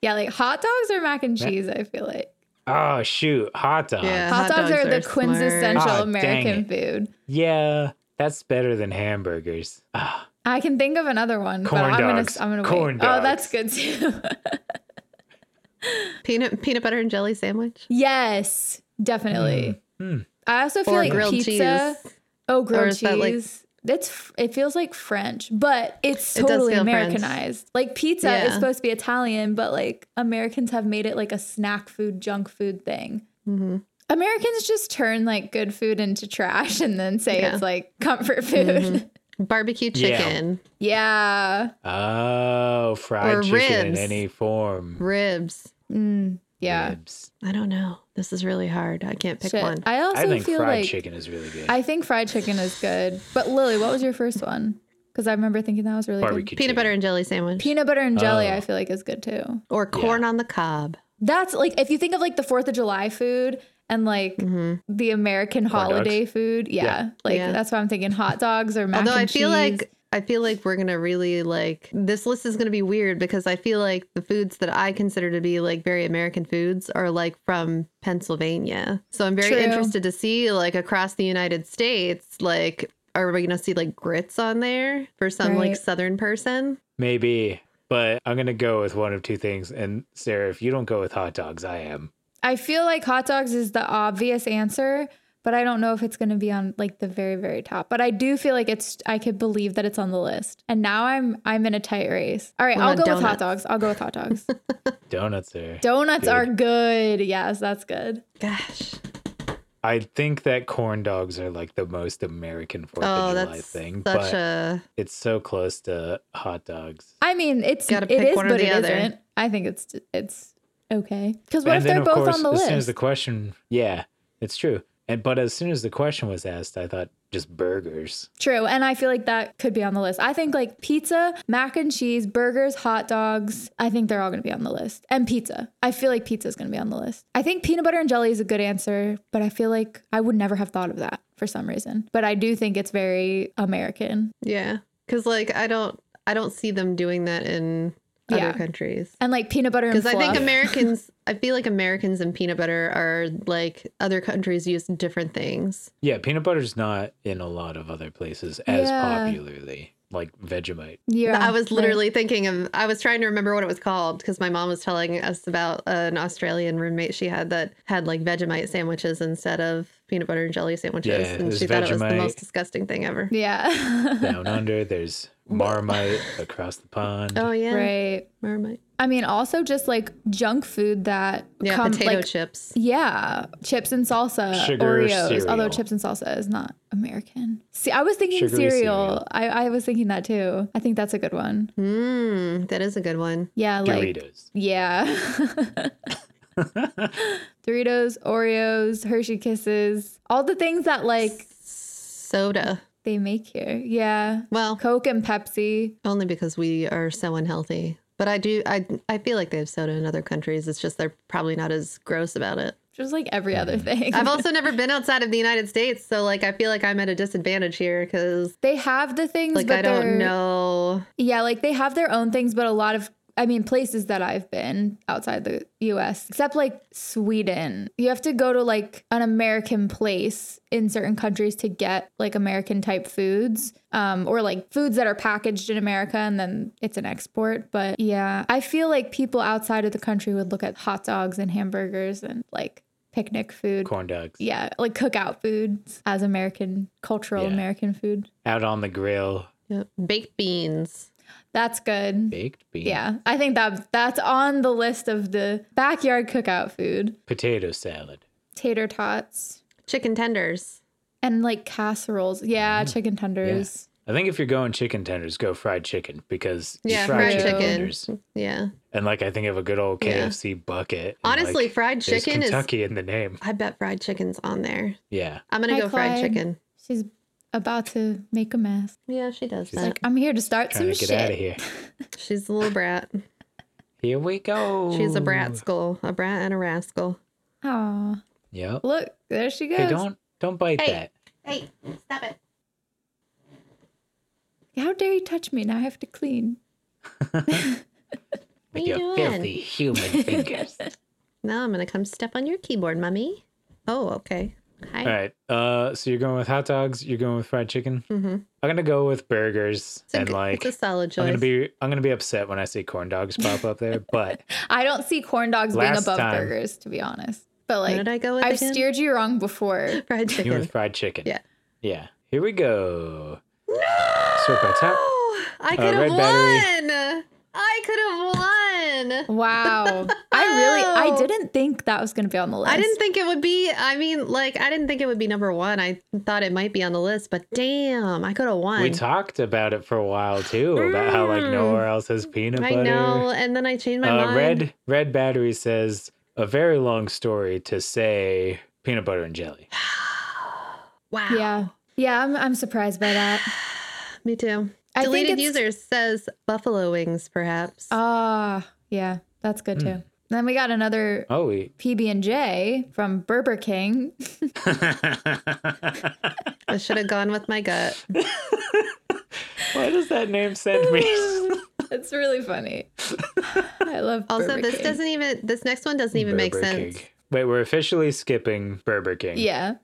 Yeah, like hot dogs or mac and cheese, I feel like.
oh, shoot. Hot dogs.
Yeah.
Hot, dogs, are, the
smart.
quintessential
Ah, dang
American
it.
food.
Yeah, that's better than hamburgers. Ah,
I can think of another one,
Corn
but I'm
dogs.
gonna I'm gonna
Corn
wait. Oh, that's good too.
peanut peanut butter and jelly sandwich.
yes, definitely.
Mm, mm.
I also feel
Or
like
grilled
pizza.
cheese.
Oh,
Or
grilled
is that, like-
cheese. It's f- it feels like French, but it's
It does
totally
feel French.
Americanized. Like pizza is
Yeah.
supposed to be Italian, but like Americans have made it like a snack food, junk food thing.
Mm-hmm.
Americans just turn like good food into trash and then say
Yeah.
it's like comfort food.
Mhm. Barbecue
Yeah.
chicken,
yeah.
oh, fried
Or
chicken in
ribs.
any form.
ribs.
Mm, yeah.
Ribs.
I don't know. This is really hard. I can't pick
Shit.
one.
I also
I think
feel
fried
like
chicken is really good.
I think fried chicken is good. But Lily, what was your first one? Because I remember thinking that was really
Barbecue
Peanut
chicken.
butter and jelly sandwich,
good. Peanut butter and jelly,
Oh.
I feel like is good too.
or corn on the cob.
That's like if you think of like the Fourth of July food and like
Mhm.
the American
Corn
holiday food, yeah,
Yeah.
like
Yeah.
that's why I'm thinking hot dogs or mac
Although
and
I feel
cheese.
like I feel like we're gonna really like this list is gonna be weird because I feel like the foods that I consider to be like very American foods are like from Pennsylvania. So I'm very
True.
interested to see like across the United States, like are we gonna see like grits on there for some like
Right.
southern person?
Maybe, but I'm going to go with one of two things. And Sarah, if you don't go with hot dogs, I am.
I feel like hot dogs is the obvious answer, but I don't know if it's going to be on like the very very top. But I do feel like it's I could believe that it's on the list. And now I'm I'm in a tight race. All right,
What
I'll go
about
with hot
donuts?
dogs. I'll go with hot dogs.
Donuts are.
Donuts
Good.
are good. Yes, that's good.
Gosh.
I think that corn dogs are like the most American Fourth
Oh,
of July
that's
thing,
such
but
a
it's so close to hot dogs.
I mean, it's
Gotta
it
pick
is,
one or
but
the
it
other.
not I think it's it's okay. Because what
and
if
then,
they're
of
both
course,
on the
as
list?
soon as the question, yeah, it's true. And but as soon as the question was asked, I thought just burgers.
True, and I feel like that could be on the list. I think like pizza, mac and cheese, burgers, hot dogs. I think they're all going to be on the list, and pizza. I feel like pizza is going to be on the list. I think peanut butter and jelly is a good answer, but I feel like I would never have thought of that for some reason. But I do think it's very American,
yeah. Cause like I don't I don't see them doing that in
Yeah.
other countries.
and like peanut butter and
Because I
fluff.
think Americans, I feel like Americans and peanut butter are like other countries use different things.
Yeah, peanut butter's not in a lot of other places as
Yeah.
popularly, like Vegemite.
yeah,
I was
right.
literally thinking of, I was trying to remember what it was called because my mom was telling us about an Australian roommate she had that had like Vegemite sandwiches instead of peanut butter and jelly sandwiches.
Yeah,
and
there's
she thought it was the
Vegemite.
most disgusting thing ever.
yeah,
Down under, there's Marmite across the pond.
Oh, yeah.
right.
Marmite.
I mean, also just like junk food that
Yeah,
come
potato
like
chips.
Yeah, chips and salsa,
Sugar
Oreos. Although
cereal.
chips and salsa is not American. See, I was thinking
Sugary
cereal.
cereal.
I, I was thinking that too. I think that's a good one.
Mmm, that is a good one.
Yeah, like
Doritos.
yeah, Doritos, Oreos, Hershey Kisses, all the things that like
Soda.
they make here. Yeah,
Well,
Coke and Pepsi.
Only because we are so unhealthy. But I do I I feel like they have soda in other countries. It's just they're probably not as gross about it.
just like every
Mm.
other thing.
I've also never been outside of the United States, so like I feel like I'm at a disadvantage here because
they have the things,
like
but
I don't
they're-
know.
Yeah, like they have their own things, but a lot of I mean places that I've been outside the US, except like Sweden. You have to go to like an American place in certain countries to get like American type foods um or like foods that are packaged in America and then it's an export, but yeah, I feel like people outside of the country would look at hot dogs and hamburgers and like picnic food.
Corn dogs
Yeah, like cookout foods as American cultural
Yeah.
American food.
out on the grill,
Yep. Baked beans.
That's good.
baked beans,
Yeah, I think that that's on the list of the backyard cookout food.
potato salad.
Tater tots
Chicken tenders.
and like casseroles. Yeah,
Mm-hmm.
chicken tenders.
I think if you're going chicken tenders, go fried chicken because you
Yeah,
fry
fried
chicken,
chicken.
tenders.
Yeah.
And like I think of a good old
Yeah.
KFC bucket. and,
Honestly,
like,
fried
there's
chicken is.
Kentucky in the name.
I bet fried chicken's on there.
Yeah.
I'm gonna
Hi,
go fried
Clyde.
chicken.
She's about to make a mess.
Yeah, she does
She's
that.
Like I'm here to start
Trying
some
to get
shit.
out of here.
She's a little brat.
Here we go.
She's a brat school, a brat and a rascal.
Aw,
Yep.
look, there she goes.
Hey, don't don't bite
Hey.
that.
Hey, stop it.
How dare you touch me? Now I have to clean.
What
With
are you
your
doing?
filthy human fingers.
Now I'm gonna come step on your keyboard, mummy. Oh, okay. Hi.
All right. Uh, so you're going with hot dogs. You're going with fried chicken.
Mm-hmm.
I'm gonna go with burgers
It's, a
and
g-
like.
it's a solid choice.
I'm gonna be I'm gonna be upset when I see corn dogs pop up there, but
I don't see corn dogs being
Last
above
time.
burgers, to be honest. But
What
like
did I go with
I've
again?
steered you wrong before.
fried
you
chicken.
with fried chicken.
Yeah.
Yeah. Here we go. Sort by top.
Oh, I could
red
have
battery.
won. I could have won.
Wow. I really I
Oh.
didn't think that was gonna be on the list.
I didn't think it would be. I mean, like, I didn't think it would be number one. I thought it might be on the list, but damn, I could have won.
We talked about it for a while too, about how like
Mm.
nowhere else has peanut
I
butter.
know, and then I changed my
uh,
mind.
Red Red Battery says a very long story to say peanut butter and jelly.
Wow.
Yeah. Yeah, I'm, I'm surprised by that.
Me too.
I think
Deleted
it's-
users says buffalo wings, perhaps.
Ah, yeah, that's good
Hmm.
too. Then we got another
Oh, we.
PB and J from Burger King.
I should have gone with my gut.
Why does that name send me?
It's really funny. I love.
Also,
Burger
this
King.
doesn't even. This next one doesn't even make
Burger
sense.
King. Wait, we're officially skipping Burger King.
Yeah,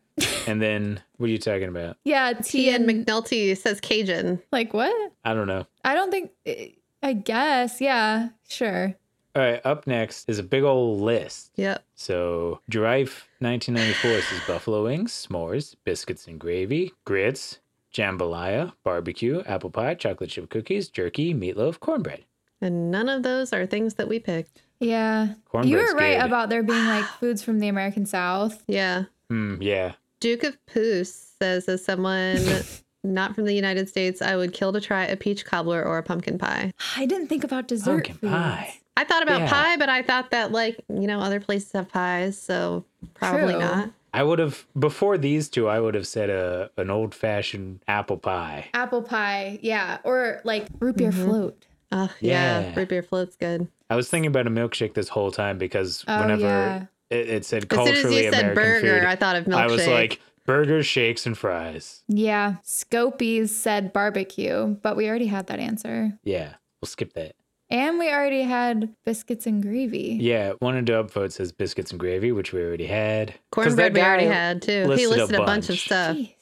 And then what are you talking about?
yeah. T
T and
and
McNulty says Cajun.
like what?
I don't know.
I don't think. eh, I guess. Yeah. Sure.
All right, up next is a big old list.
Yep.
So, Drive 1994 says buffalo wings, s'mores, biscuits and gravy, grits, jambalaya, barbecue, apple pie, chocolate chip cookies, jerky, meatloaf, cornbread.
And none of those are things that we picked.
Yeah. you
Cornbread's
were right
good.
about there being like foods from the American South.
Yeah.
Mm, yeah.
Duke of Poos says, as someone not from the United States, I would kill to try a peach cobbler or a pumpkin pie.
I didn't think about dessert.
Pumpkin
foods.
pie.
I thought about
Yeah.
pie, but I thought that, like, you know, other places have pies, so probably
True.
not.
I would have before these two. I would have said a an old fashioned apple pie.
Apple pie. Yeah, or like root beer float.
Oh, yeah.
Yeah.
Root beer float's good.
I was thinking about a milkshake this whole time because
Oh,
whenever
yeah.
it, it said
As
culturally
soon as you said
American
burger,
food,
I thought of milkshake.
I was like burger, shakes, and fries.
Yeah. Scopies said barbecue, but we already had that answer.
Yeah, we'll skip that.
And we already had biscuits and gravy.
Yeah, one of the upvotes says biscuits and gravy, which we already had. 'Cause that
cornbread we already
guy-
had, too. He
listed a
listed a bunch of
bunch.
stuff.
Jeez.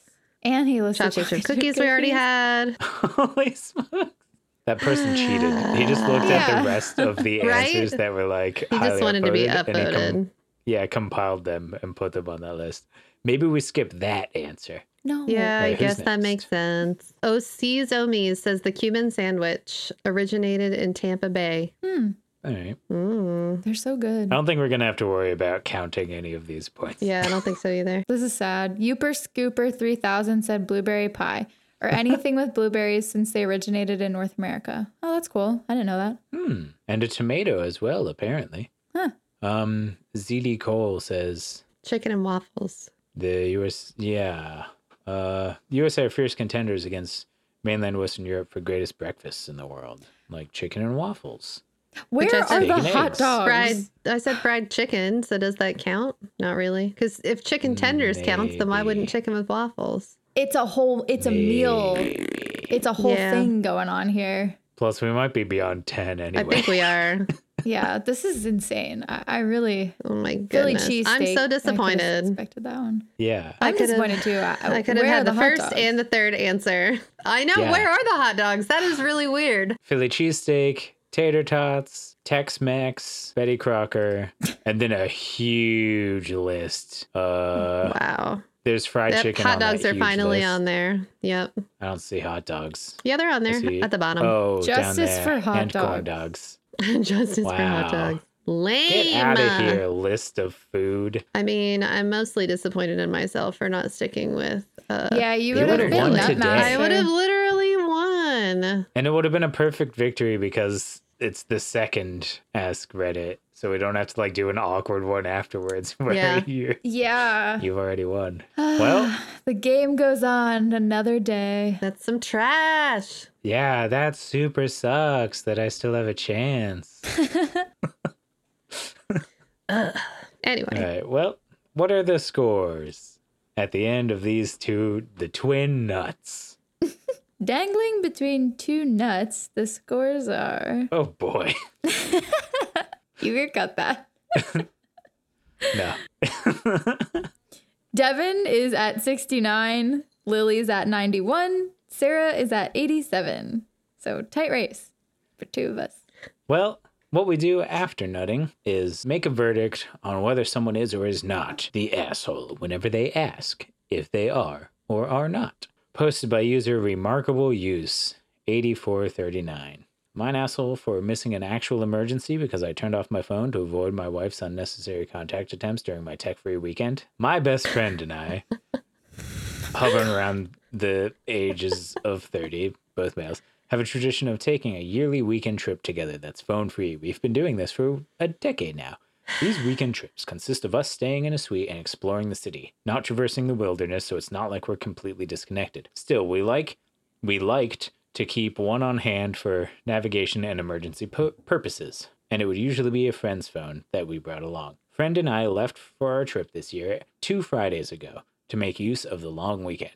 And he listed
Chocolate chip cookies we already had.
Holy smokes. That person cheated. He just looked at
Yeah.
the rest of the
Right?
answers that were like
He just
highly
wanted to be
upvoted, and he com-
upvoted.
yeah, compiled them and put them on that list. Maybe we skip that answer.
No.
Yeah,
Right,
I
who's
guess that
next?
makes sense. OC's Omis says the Cuban sandwich originated in Tampa Bay.
Hmm.
All right.
Mm.
They're so good.
I don't think we're going to have to worry about counting any of these points.
Yeah, I don't think so either.
This is sad. Youper Scooper 3000 said blueberry pie or anything with blueberries since they originated in North America. Oh, that's cool. I didn't know that.
Hmm. And a tomato as well, apparently.
Huh.
Um, ZD Cole says
Chicken and waffles.
The U.S. Yeah, uh, U.S. are fierce contenders against mainland Western Europe for greatest breakfasts in the world, like chicken and waffles.
Where
I
are
said-
the
Bacon
hot
eggs.
dogs?
Fried. I said fried chicken. So does that count? Not really, because if chicken tenders counts, then why wouldn't
Maybe.
chicken with waffles?
It's a whole. It's a meal. It's a whole
Yeah.
thing going on here.
Plus, we might be beyond 10
I
anyway.
think we are.
Yeah, this is insane. I, I really
Oh my
Philly
goodness!
cheese.
I'm so disappointed.
Expected that one.
yeah.
I
I'm
could've-
disappointed too. I,
I could have
Uh, where
had
are
the,
hot
first
dogs?
and the third answer. I know.
Yeah.
Where are the hot dogs? That is really weird.
Philly cheesesteak, tater tots, Tex Mex, Betty Crocker, and then a huge list. Uh,
Wow.
there's fried
Yep,
chicken.
hot
on that
dogs are
huge
finally
list.
on there. Yep.
I don't see hot dogs.
Yeah, they're on
I
there
see-
at the bottom.
Oh, down
Justice
there.
for hot
and corn
dogs.
dogs.
Justice for hot
Oh, Wow.
dogs. Lame.
Get out of here, list of food.
I mean, I'm mostly disappointed in myself for not sticking with. Uh,
Yeah, you
You
would have
would've won
been that
today.
I
master.
would have literally won.
And it would have been a perfect victory because it's the second Ask Reddit. So we don't have to like do an awkward one afterwards where
Yeah.
you,
Yeah.
you've already won. Well-
the game goes on another day.
That's some trash.
Yeah, that super sucks that I still have a chance. All
Anyway,
right. Well, what are the scores at the end of these two, the twin nuts?
Dangling between two nuts, the scores are.
Oh boy.
You can cut that.
No.
Devin is at 69, Lily's at 91, Sarah is at 87. So tight race for two of us.
Well, what we do after nutting is make a verdict on whether someone is or is not the asshole whenever they ask if they are or are not. Posted by user Remarkable Use 8439. Mine asshole for missing an actual emergency because I turned off my phone to avoid my wife's unnecessary contact attempts during my tech free weekend. My best friend and I, hovering around the ages of 30, both males, have a tradition of taking a yearly weekend trip together that's phone free. We've been doing this for a decade now. These weekend trips consist of us staying in a suite and exploring the city, not traversing the wilderness, so it's not like we're completely disconnected. Still, we like we liked to keep one on hand for navigation and emergency pu- purposes, and it would usually be a friend's phone that we brought along. Friend and I left for our trip this year two Fridays ago to make use of the long weekend.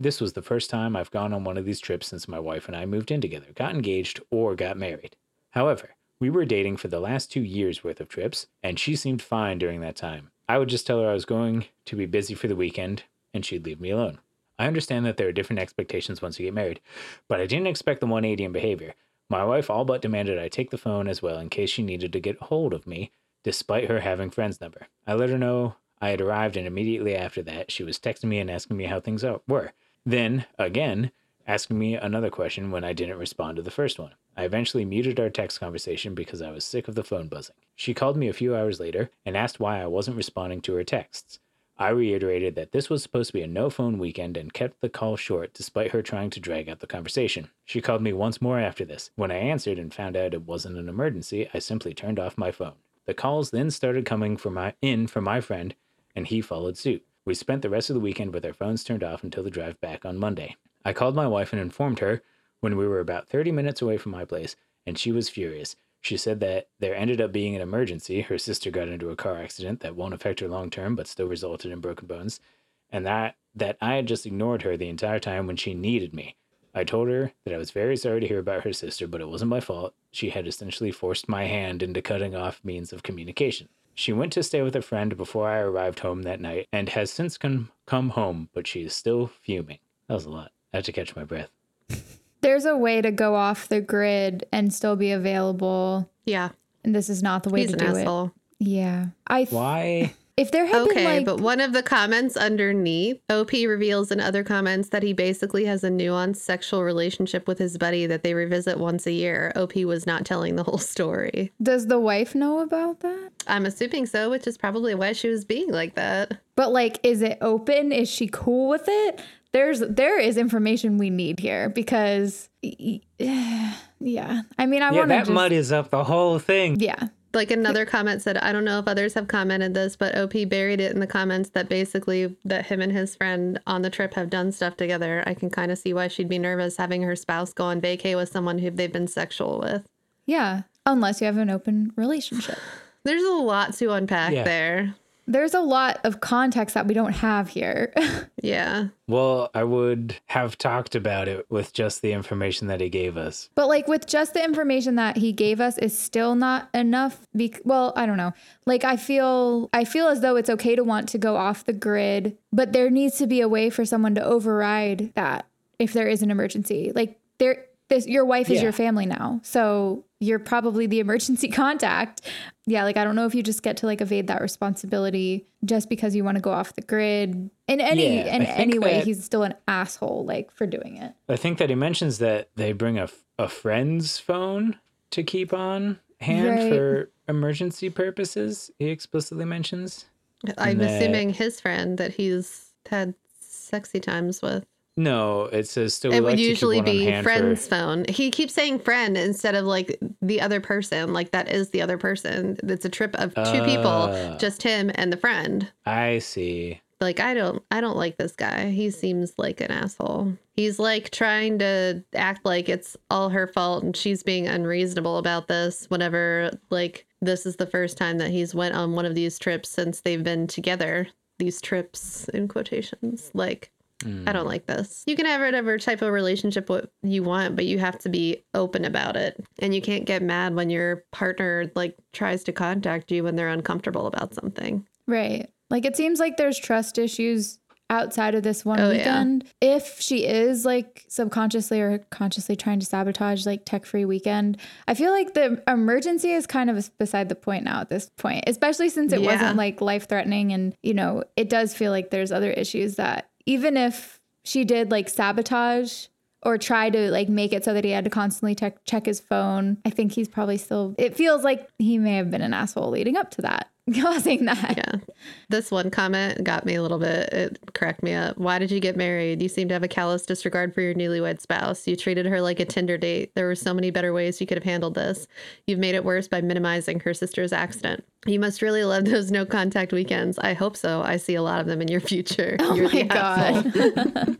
This was the first time I've gone on one of these trips since my wife and I moved in together, got engaged, or got married. However, we were dating for the last two years worth of trips, and she seemed fine during that time. I would just tell her I was going to be busy for the weekend, and she'd leave me alone. I understand that there are different expectations once you get married, but I didn't expect the 180 in behavior. My wife all but demanded I take the phone as well in case she needed to get hold of me, despite her having friend's number. I let her know I had arrived, and immediately after that, she was texting me and asking me how things are- were. Then, again, asking me another question when I didn't respond to the first one. I eventually muted our text conversation because I was sick of the phone buzzing. She called me a few hours later and asked why I wasn't responding to her texts. I reiterated that this was supposed to be a no phone weekend and kept the call short despite her trying to drag out the conversation. She called me once more after this. When I answered and found out it wasn't an emergency, I simply turned off my phone. The calls then started coming from my in from my friend and he followed suit. We spent the rest of the weekend with our phones turned off until the drive back on Monday. I called my wife and informed her when we were about 30 minutes away from my place, and she was furious. She said that there ended up being an emergency. Her sister got into a car accident that won't affect her long term, but still resulted in broken bones, and that that I had just ignored her the entire time when she needed me. I told her that I was very sorry to hear about her sister, but it wasn't my fault. She had essentially forced my hand into cutting off means of communication. She went to stay with a friend before I arrived home that night and has since come, come home, but she is still fuming. That was a lot. I had to catch my breath.
There's a way to go off the grid and still be available.
yeah,
And this is not the way
he's
to
an
do it.
asshole.
Yeah. I th-
Why?
if there had
Okay,
been like
but one of the comments underneath, OP reveals in other comments that he basically has a nuanced sexual relationship with his buddy that they revisit once a year. OP was not telling the whole story.
does the wife know about that?
I'm assuming so, which is probably why she was being like that.
But like, is it open? Is she cool with it? There's there is information we need here because yeah. I mean,
yeah,
I want to
that
just
muddies up the whole thing.
yeah.
Like another comment said, I don't know if others have commented this, but OP buried it in the comments that basically that him and his friend on the trip have done stuff together. I can kind of see why she'd be nervous having her spouse go on vacay with someone who they've been sexual with.
Yeah. unless you have an open relationship.
There's a lot to unpack
Yeah.
there.
There's a lot of context that we don't have here.
Yeah.
Well, I would have talked about it with just the information that he gave us.
But like with just the information that he gave us is still not enough. Bec- well, I don't know. Like I feel I feel as though it's okay to want to go off the grid, but there needs to be a way for someone to override that if there is an emergency. Like there this your wife is
Yeah.
your family now. So you're probably the emergency contact. Yeah, like I don't know if you just get to like evade that responsibility just because you want to go off the grid. In any
Yeah,
in
I think
any way,
that-
he's still an asshole like for doing it.
I think that he mentions that they bring a, f- a friend's phone to keep on hand
Right.
for emergency purposes. He explicitly mentions.
I'm
that-
assuming his friend that he's had sexy times with.
No, it says still. We
it
like
would
to keep
usually
one on
be
hand for-
friend's phone. He keeps saying friend instead of like the other person. Like that is the other person. It's a trip of two people,
Ah.
just him and the friend.
I see.
Like I don't I don't like this guy. He seems like an asshole. He's like trying to act like it's all her fault and she's being unreasonable about this whenever like this is the first time that he's went on one of these trips since they've been together. These trips in quotations. Like
Mm.
I don't like this. You can have whatever type of relationship what you want, but you have to be open about it. And you can't get mad when your partner like tries to contact you when they're uncomfortable about something.
Right. Like it seems like there's trust issues outside of this one
Oh, yeah.
weekend. If she is like subconsciously or consciously trying to sabotage like tech free weekend, I feel like the emergency is kind of beside the point now at this point, especially since it
Yeah.
wasn't like life threatening. And, you know, it does feel like there's other issues that even if she did like sabotage or try to like make it so that he had to constantly check check his phone. I think he's probably still it feels like he may have been an asshole leading up to that, causing that.
Yeah. This one comment got me a little bit. It cracked me up. Why did you get married? You seem to have a callous disregard for your newlywed spouse. You treated her like a Tinder date. There were so many better ways you could have handled this. You've made it worse by minimizing her sister's accident. You must really love those no contact weekends. I hope so. I see a lot of them in your future.
Oh
You're
my
the asshole.
god.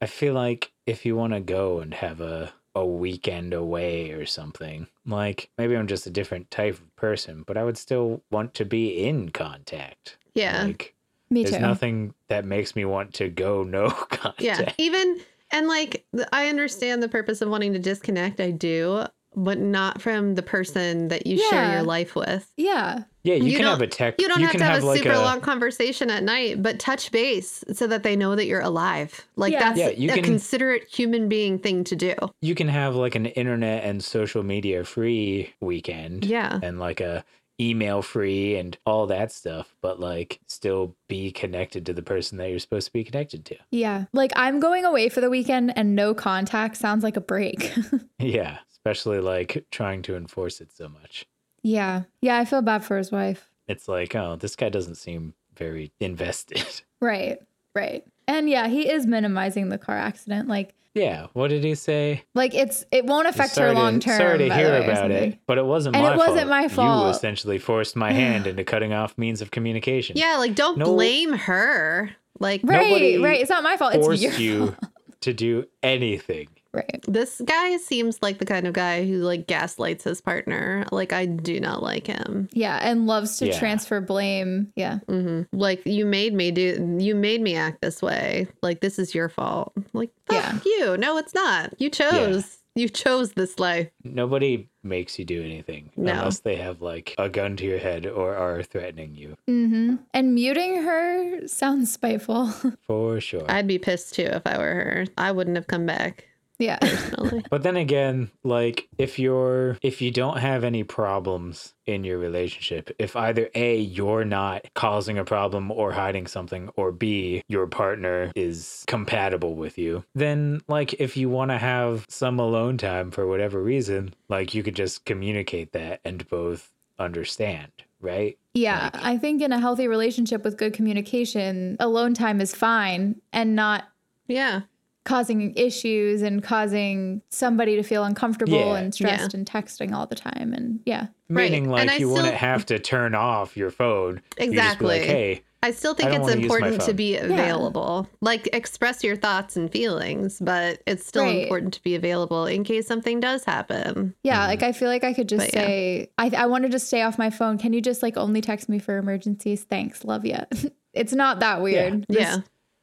I feel like if you want to go and have a a weekend away or something, like maybe I'm just a different type of person, but I would still want to be in contact.
Yeah.
Like
Me
there's
too.
nothing that makes me want to go no contact.
yeah even and like th- i understand the purpose of wanting to disconnect i do but not from the person that you share
Yeah.
your life with
yeah.
Yeah, you,
You
can have
don't-
a tech.
you don't have
can
to have, a
like
super long conversation at night but touch base so that they know that you're alive like
Yeah.
that's
Yeah, you
a
can-
considerate human being thing to do
You can have like an internet and social media free weekend.
yeah
and like a email free and all that stuff, but like still be connected to the person that you're supposed to be connected to.
Yeah. Like I'm going away for the weekend and no contact sounds like a break.
Yeah, especially like trying to enforce it so much.
yeah. Yeah, I feel bad for his wife.
It's like, oh, this guy doesn't seem very invested.
Right. Right. And yeah, he is minimizing the car accident. Like
yeah, what did he say?
like it's it won't affect her
Sorry to-
long term.
Sorry to
by the
hear
way, or
about
something.
it, but it wasn't
And
my
it wasn't
fault.
my
You
fault.
essentially forced my hand into cutting off means of communication.
yeah like don't
No-
blame her like
Right,
Nobody
right. It's not my fault. It's your
Forced you to do anything.
right.
this guy seems like the kind of guy who like gaslights his partner like i do not like him
Yeah, and loves to
Yeah.
transfer blame. Yeah.
hmm Like you made me do, you made me act this way. Like this is your fault. Like fuck
Yeah.
you. No, it's not. You chose. You chose this life.
Nobody makes you do anything
No.
unless they have like a gun to your head or are threatening you
Mm-hmm. And muting her sounds spiteful.
for sure.
I'd be pissed too if I were her. I wouldn't have come back.
yeah.
Personally.
but then again, like if you're if you don't have any problems in your relationship, if either A you're not causing a problem or hiding something or B your partner is compatible with you, then like if you want to have some alone time for whatever reason, like you could just communicate that and both understand, right?
Yeah,
Like-
I think in a healthy relationship with good communication, alone time is fine and not
yeah.
causing issues and causing somebody to feel uncomfortable
Yeah.
and stressed and texting all the time. And yeah,
Right.
Meaning,
And
like,
I
you wouldn't
still-
have to turn off your phone. You'd just be
Exactly.
like, hey,
I still think
I don't
it's
wanna use my
important to
phone.
be available. Like express your thoughts and feelings, but it's still
Right.
important to be available in case something does happen.
yeah,
Mm-hmm.
like I feel like I could just
But yeah.
say, I, I want to just stay off my phone. Can you just like only text me for emergencies? Thanks, love ya. it's not that weird. This-
yeah.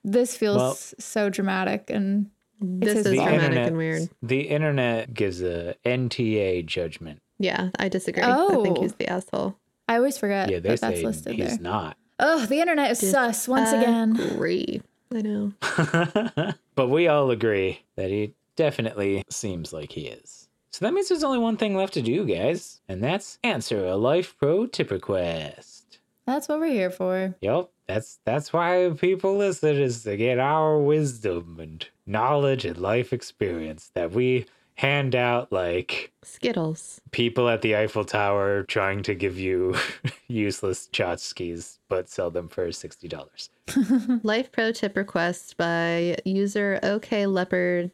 This feels
Well-
so dramatic and
This is
his
the
fault.
dramatic
internet,
and weird.
the internet gives a NTA judgment.
Yeah, I disagree. I think
Oh.
he's the asshole.
I always forget
yeah, they
that that's
say he's uh,
listed there.
not.
Oh, the internet is sus once again.
Agree. Uh, I know.
but we all agree that he definitely seems like he is. So that means there's only one thing left to do, guys, and that's answer a life pro tip request.
That's what we're here for.
Yep, that's that's why people listen is to get our wisdom and knowledge and life experience that we hand out like
Skittles.
people at the Eiffel Tower trying to give you useless tchotchkes but sell them for sixty dollars.
Hmm.
Life pro tip request by user OK Leopard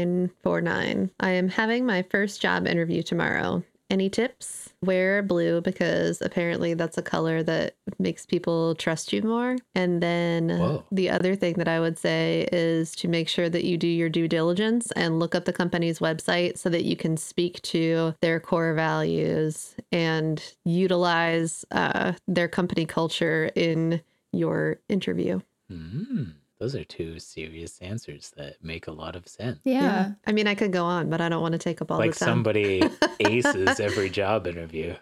24949. I am having my first job interview tomorrow. Any tips? Wear blue because apparently that's a color that makes people trust you more. And then
Whoa.
the other thing that I would say is to make sure that you do your due diligence and look up the company's website so that you can speak to their core values and utilize uh, their company culture in your interview.
Mm, those are two serious answers that make a lot of sense.
yeah.
I mean, I could go on, but I don't want to take up all
like
the time.
somebody aces every job interview.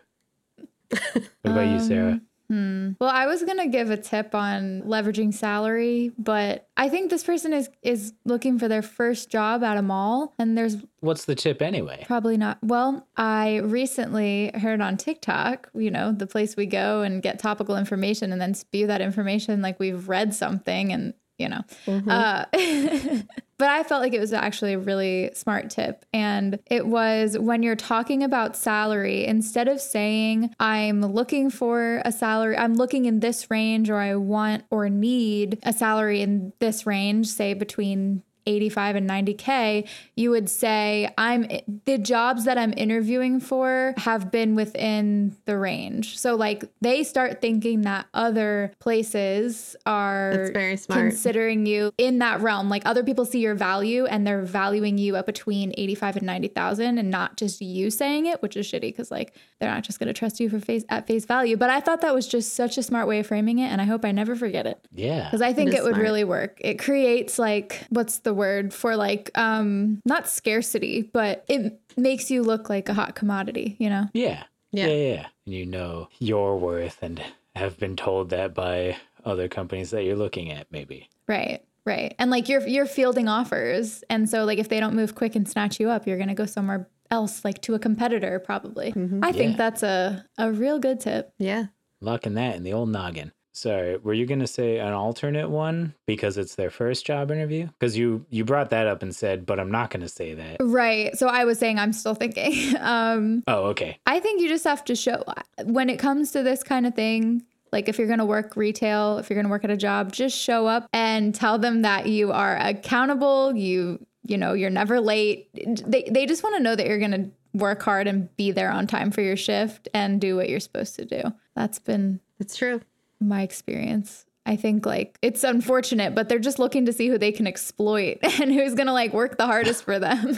What about you, Sarah?
Um, Hmm. Well, I was gonna give a tip on leveraging salary, but I think this person is is looking for their first job at a mall, and there's
What's the tip anyway?
probably not. Well, I recently heard on TikTok, you know, the place we go and get topical information, and then spew that information like we've read something, and you know,
Mhm.
uh, but I felt like it was actually a really smart tip. And it was when you're talking about salary, instead of saying, I'm looking for a salary, I'm looking in this range, or I want or need a salary in this range, say between 85 and 90k you would say i'm the jobs that i'm interviewing for have been within the range so like they start thinking that other places are
That's very smart.
considering you in that realm. Like other people see your value and they're valuing you at between 85 and 90,000 and not just you saying it, which is shitty cuz like they're not just going to trust you for face at face value. But I thought that was just such a smart way of framing it and I hope I never forget it
Yeah.
cuz I think
It
it,
is
would
smart.
really work. It creates like what's the word for like um not scarcity, but it makes you look like a hot commodity, you know.
Yeah.
Yeah.
Yeah. Yeah. And you know your worth and have been told that by other companies that you're looking at, maybe.
Right. Right. And like you're you're fielding offers. And so like if they don't move quick and snatch you up, you're gonna go somewhere else, like to a competitor probably. I think
Yeah.
that's a, a real good tip.
yeah.
Locking that in the old noggin. Sorry, were you gonna say an alternate one because it's their first job interview? Because you you brought that up and said, but I'm not gonna say that.
Right. So I was saying I'm still thinking. um
Oh, okay.
I think you just have to show when it comes to this kind of thing, like if you're going to work retail, if you're going to work at a job, just show up and tell them that you are accountable, you you know, you're never late. They they just want to know that you're going to work hard and be there on time for your shift and do what you're supposed to do. That's been
It's true.
my experience. I think like it's unfortunate, but they're just looking to see who they can exploit and who's going to like work the hardest for them.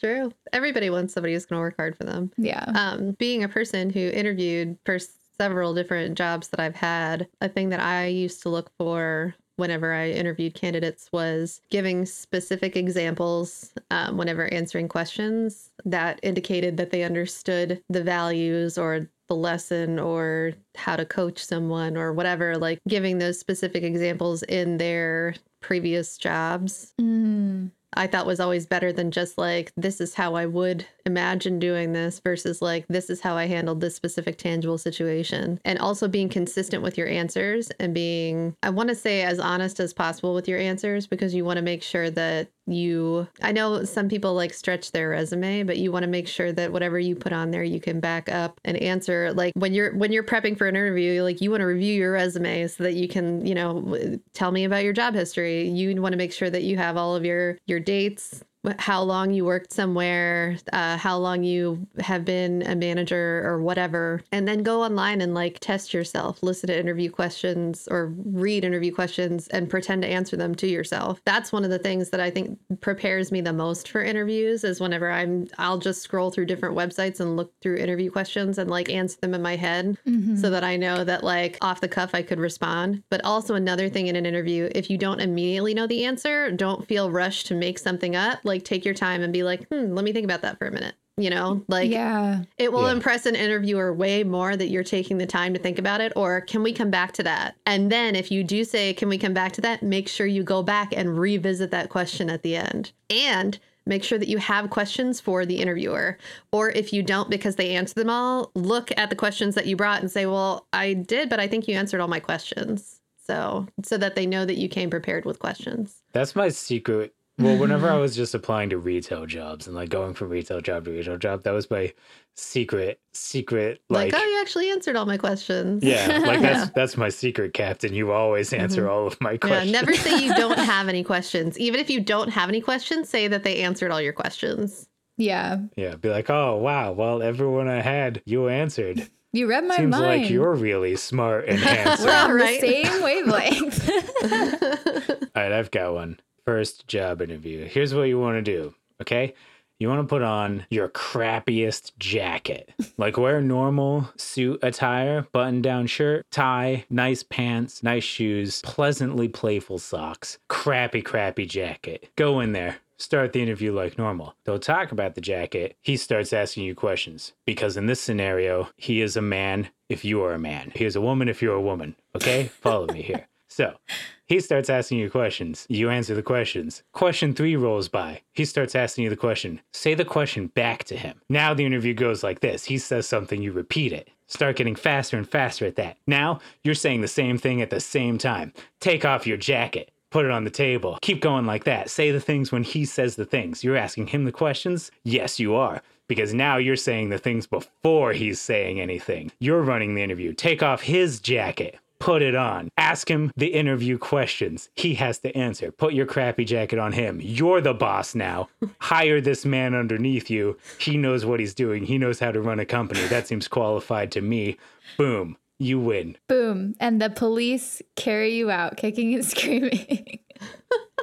It's true. Everybody wants somebody who's going to work hard for them.
yeah.
Um, being a person who interviewed for several different jobs that I've had, a thing that I used to look for whenever I interviewed candidates was giving specific examples um, whenever answering questions that indicated that they understood the values or the lesson or how to coach someone or whatever, like giving those specific examples in their previous jobs
Mm.
I thought was always better than just like, this is how I would imagine doing this versus like, this is how I handled this specific tangible situation. And also being consistent with your answers and being, I want to say, as honest as possible with your answers because you want to make sure that you I know some people like stretch their resume, but you want to make sure that whatever you put on there you can back up and answer like when you're when you're prepping for an interview, you're like you want to review your resume so that you can, you know, w- tell me about your job history. You want to make sure that you have all of your your dates, how long you worked somewhere, uh, how long you have been a manager or whatever, and then go online and like test yourself, listen to interview questions or read interview questions and pretend to answer them to yourself. That's one of the things that I think prepares me the most for interviews is whenever I'm, I'll just scroll through different websites and look through interview questions and like answer them in my head
Mm-hmm.
so that I know that like off the cuff I could respond. But also another thing in an interview, if you don't immediately know the answer, don't feel rushed to make something up. Like take your time and be like, hmm, let me think about that for a minute. You know, like
yeah.
it will
Yeah.
impress an interviewer way more that you're taking the time to think about it. Or can we come back to that? And then if you do say, can we come back to that, make sure you go back and revisit that question at the end. And make sure that you have questions for the interviewer. Or if you don't, because they answer them all, look at the questions that you brought and say, well, I did, but I think you answered all my questions. So, so that they know that you came prepared with questions.
That's my secret. Well, whenever I was just applying to retail jobs and like going from retail job to retail job, that was my secret, secret
Like,
like,
oh, you actually answered all my questions.
yeah, like that's
Yeah.
that's my secret, Captain. You always
Mm-hmm.
answer all of my
Yeah,
questions.
never say you don't have any questions. Even if you don't have any questions, say that they answered all your questions.
Yeah.
yeah, be like, oh wow, well everyone I had, you answered.
You read my
Seems
mind.
like you're really smart and
We're
handsome.
Yeah,
on
right.
the same wavelength.
All right, I've got one. First job interview. Here's what you want to do, okay? You want to put on your crappiest jacket. Like wear normal suit attire, button down shirt, tie, nice pants, nice shoes, pleasantly playful socks, crappy, crappy jacket. Go in there. Start the interview like normal. They'll talk about the jacket. He starts asking you questions because, in this scenario, he is a man if you are a man. He is a woman if you're a woman. Okay? Follow me here. So he starts asking you questions. You answer the questions. Question three rolls by. He starts asking you the question. Say the question back to him. Now the interview goes like this he says something, you repeat it. Start getting faster and faster at that. Now you're saying the same thing at the same time. Take off your jacket. Put it on the table. Keep going like that. Say the things when he says the things. You're asking him the questions? Yes, you are because now you're saying the things before he's saying anything. You're running the interview. Take off his jacket. Put it on. Ask him the interview questions. He has to answer. Put your crappy jacket on him. You're the boss now. Hire this man underneath you. He knows what he's doing. He knows how to run a company. That seems qualified to me. Boom. You win.
Boom. And the police carry you out kicking and screaming.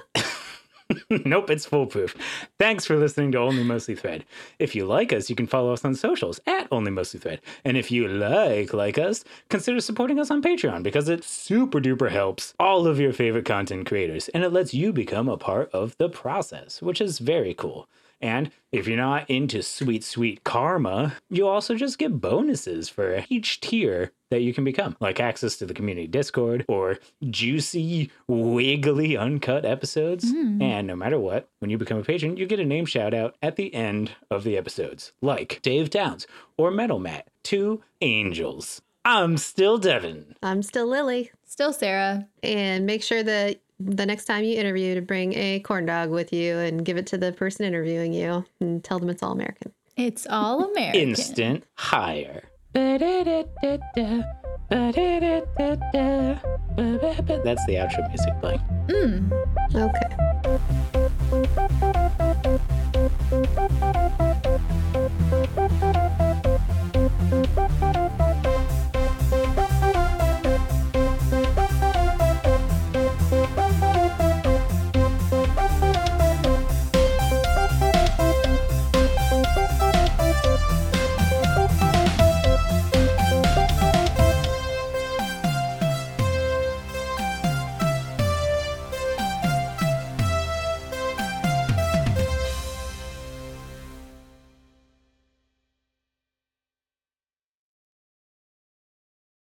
nope, it's foolproof. Thanks for listening to Only Mostly Thread. If you like us, you can follow us on socials at Only Mostly Thread. And if you like like us, consider supporting us on Patreon because it super duper helps all of your favorite content creators and it lets you become a part of the process, which is very cool. And if you're not into sweet, sweet karma, you also just get bonuses for each tier that you can become, like access to the community Discord or juicy, wiggly, uncut episodes. And no matter what, when you become a patron, you get a name shout out at the end of the episodes, like Dave Downs or Metal Matt, two angels. I'm still Devin.
I'm still Lily.
Still Sarah.
And make sure that the next time you interview to bring a corn dog with you and give it to the person interviewing you and tell them it's all American.
It's all American.
Instant higher. That's the outro music playing.
Okay.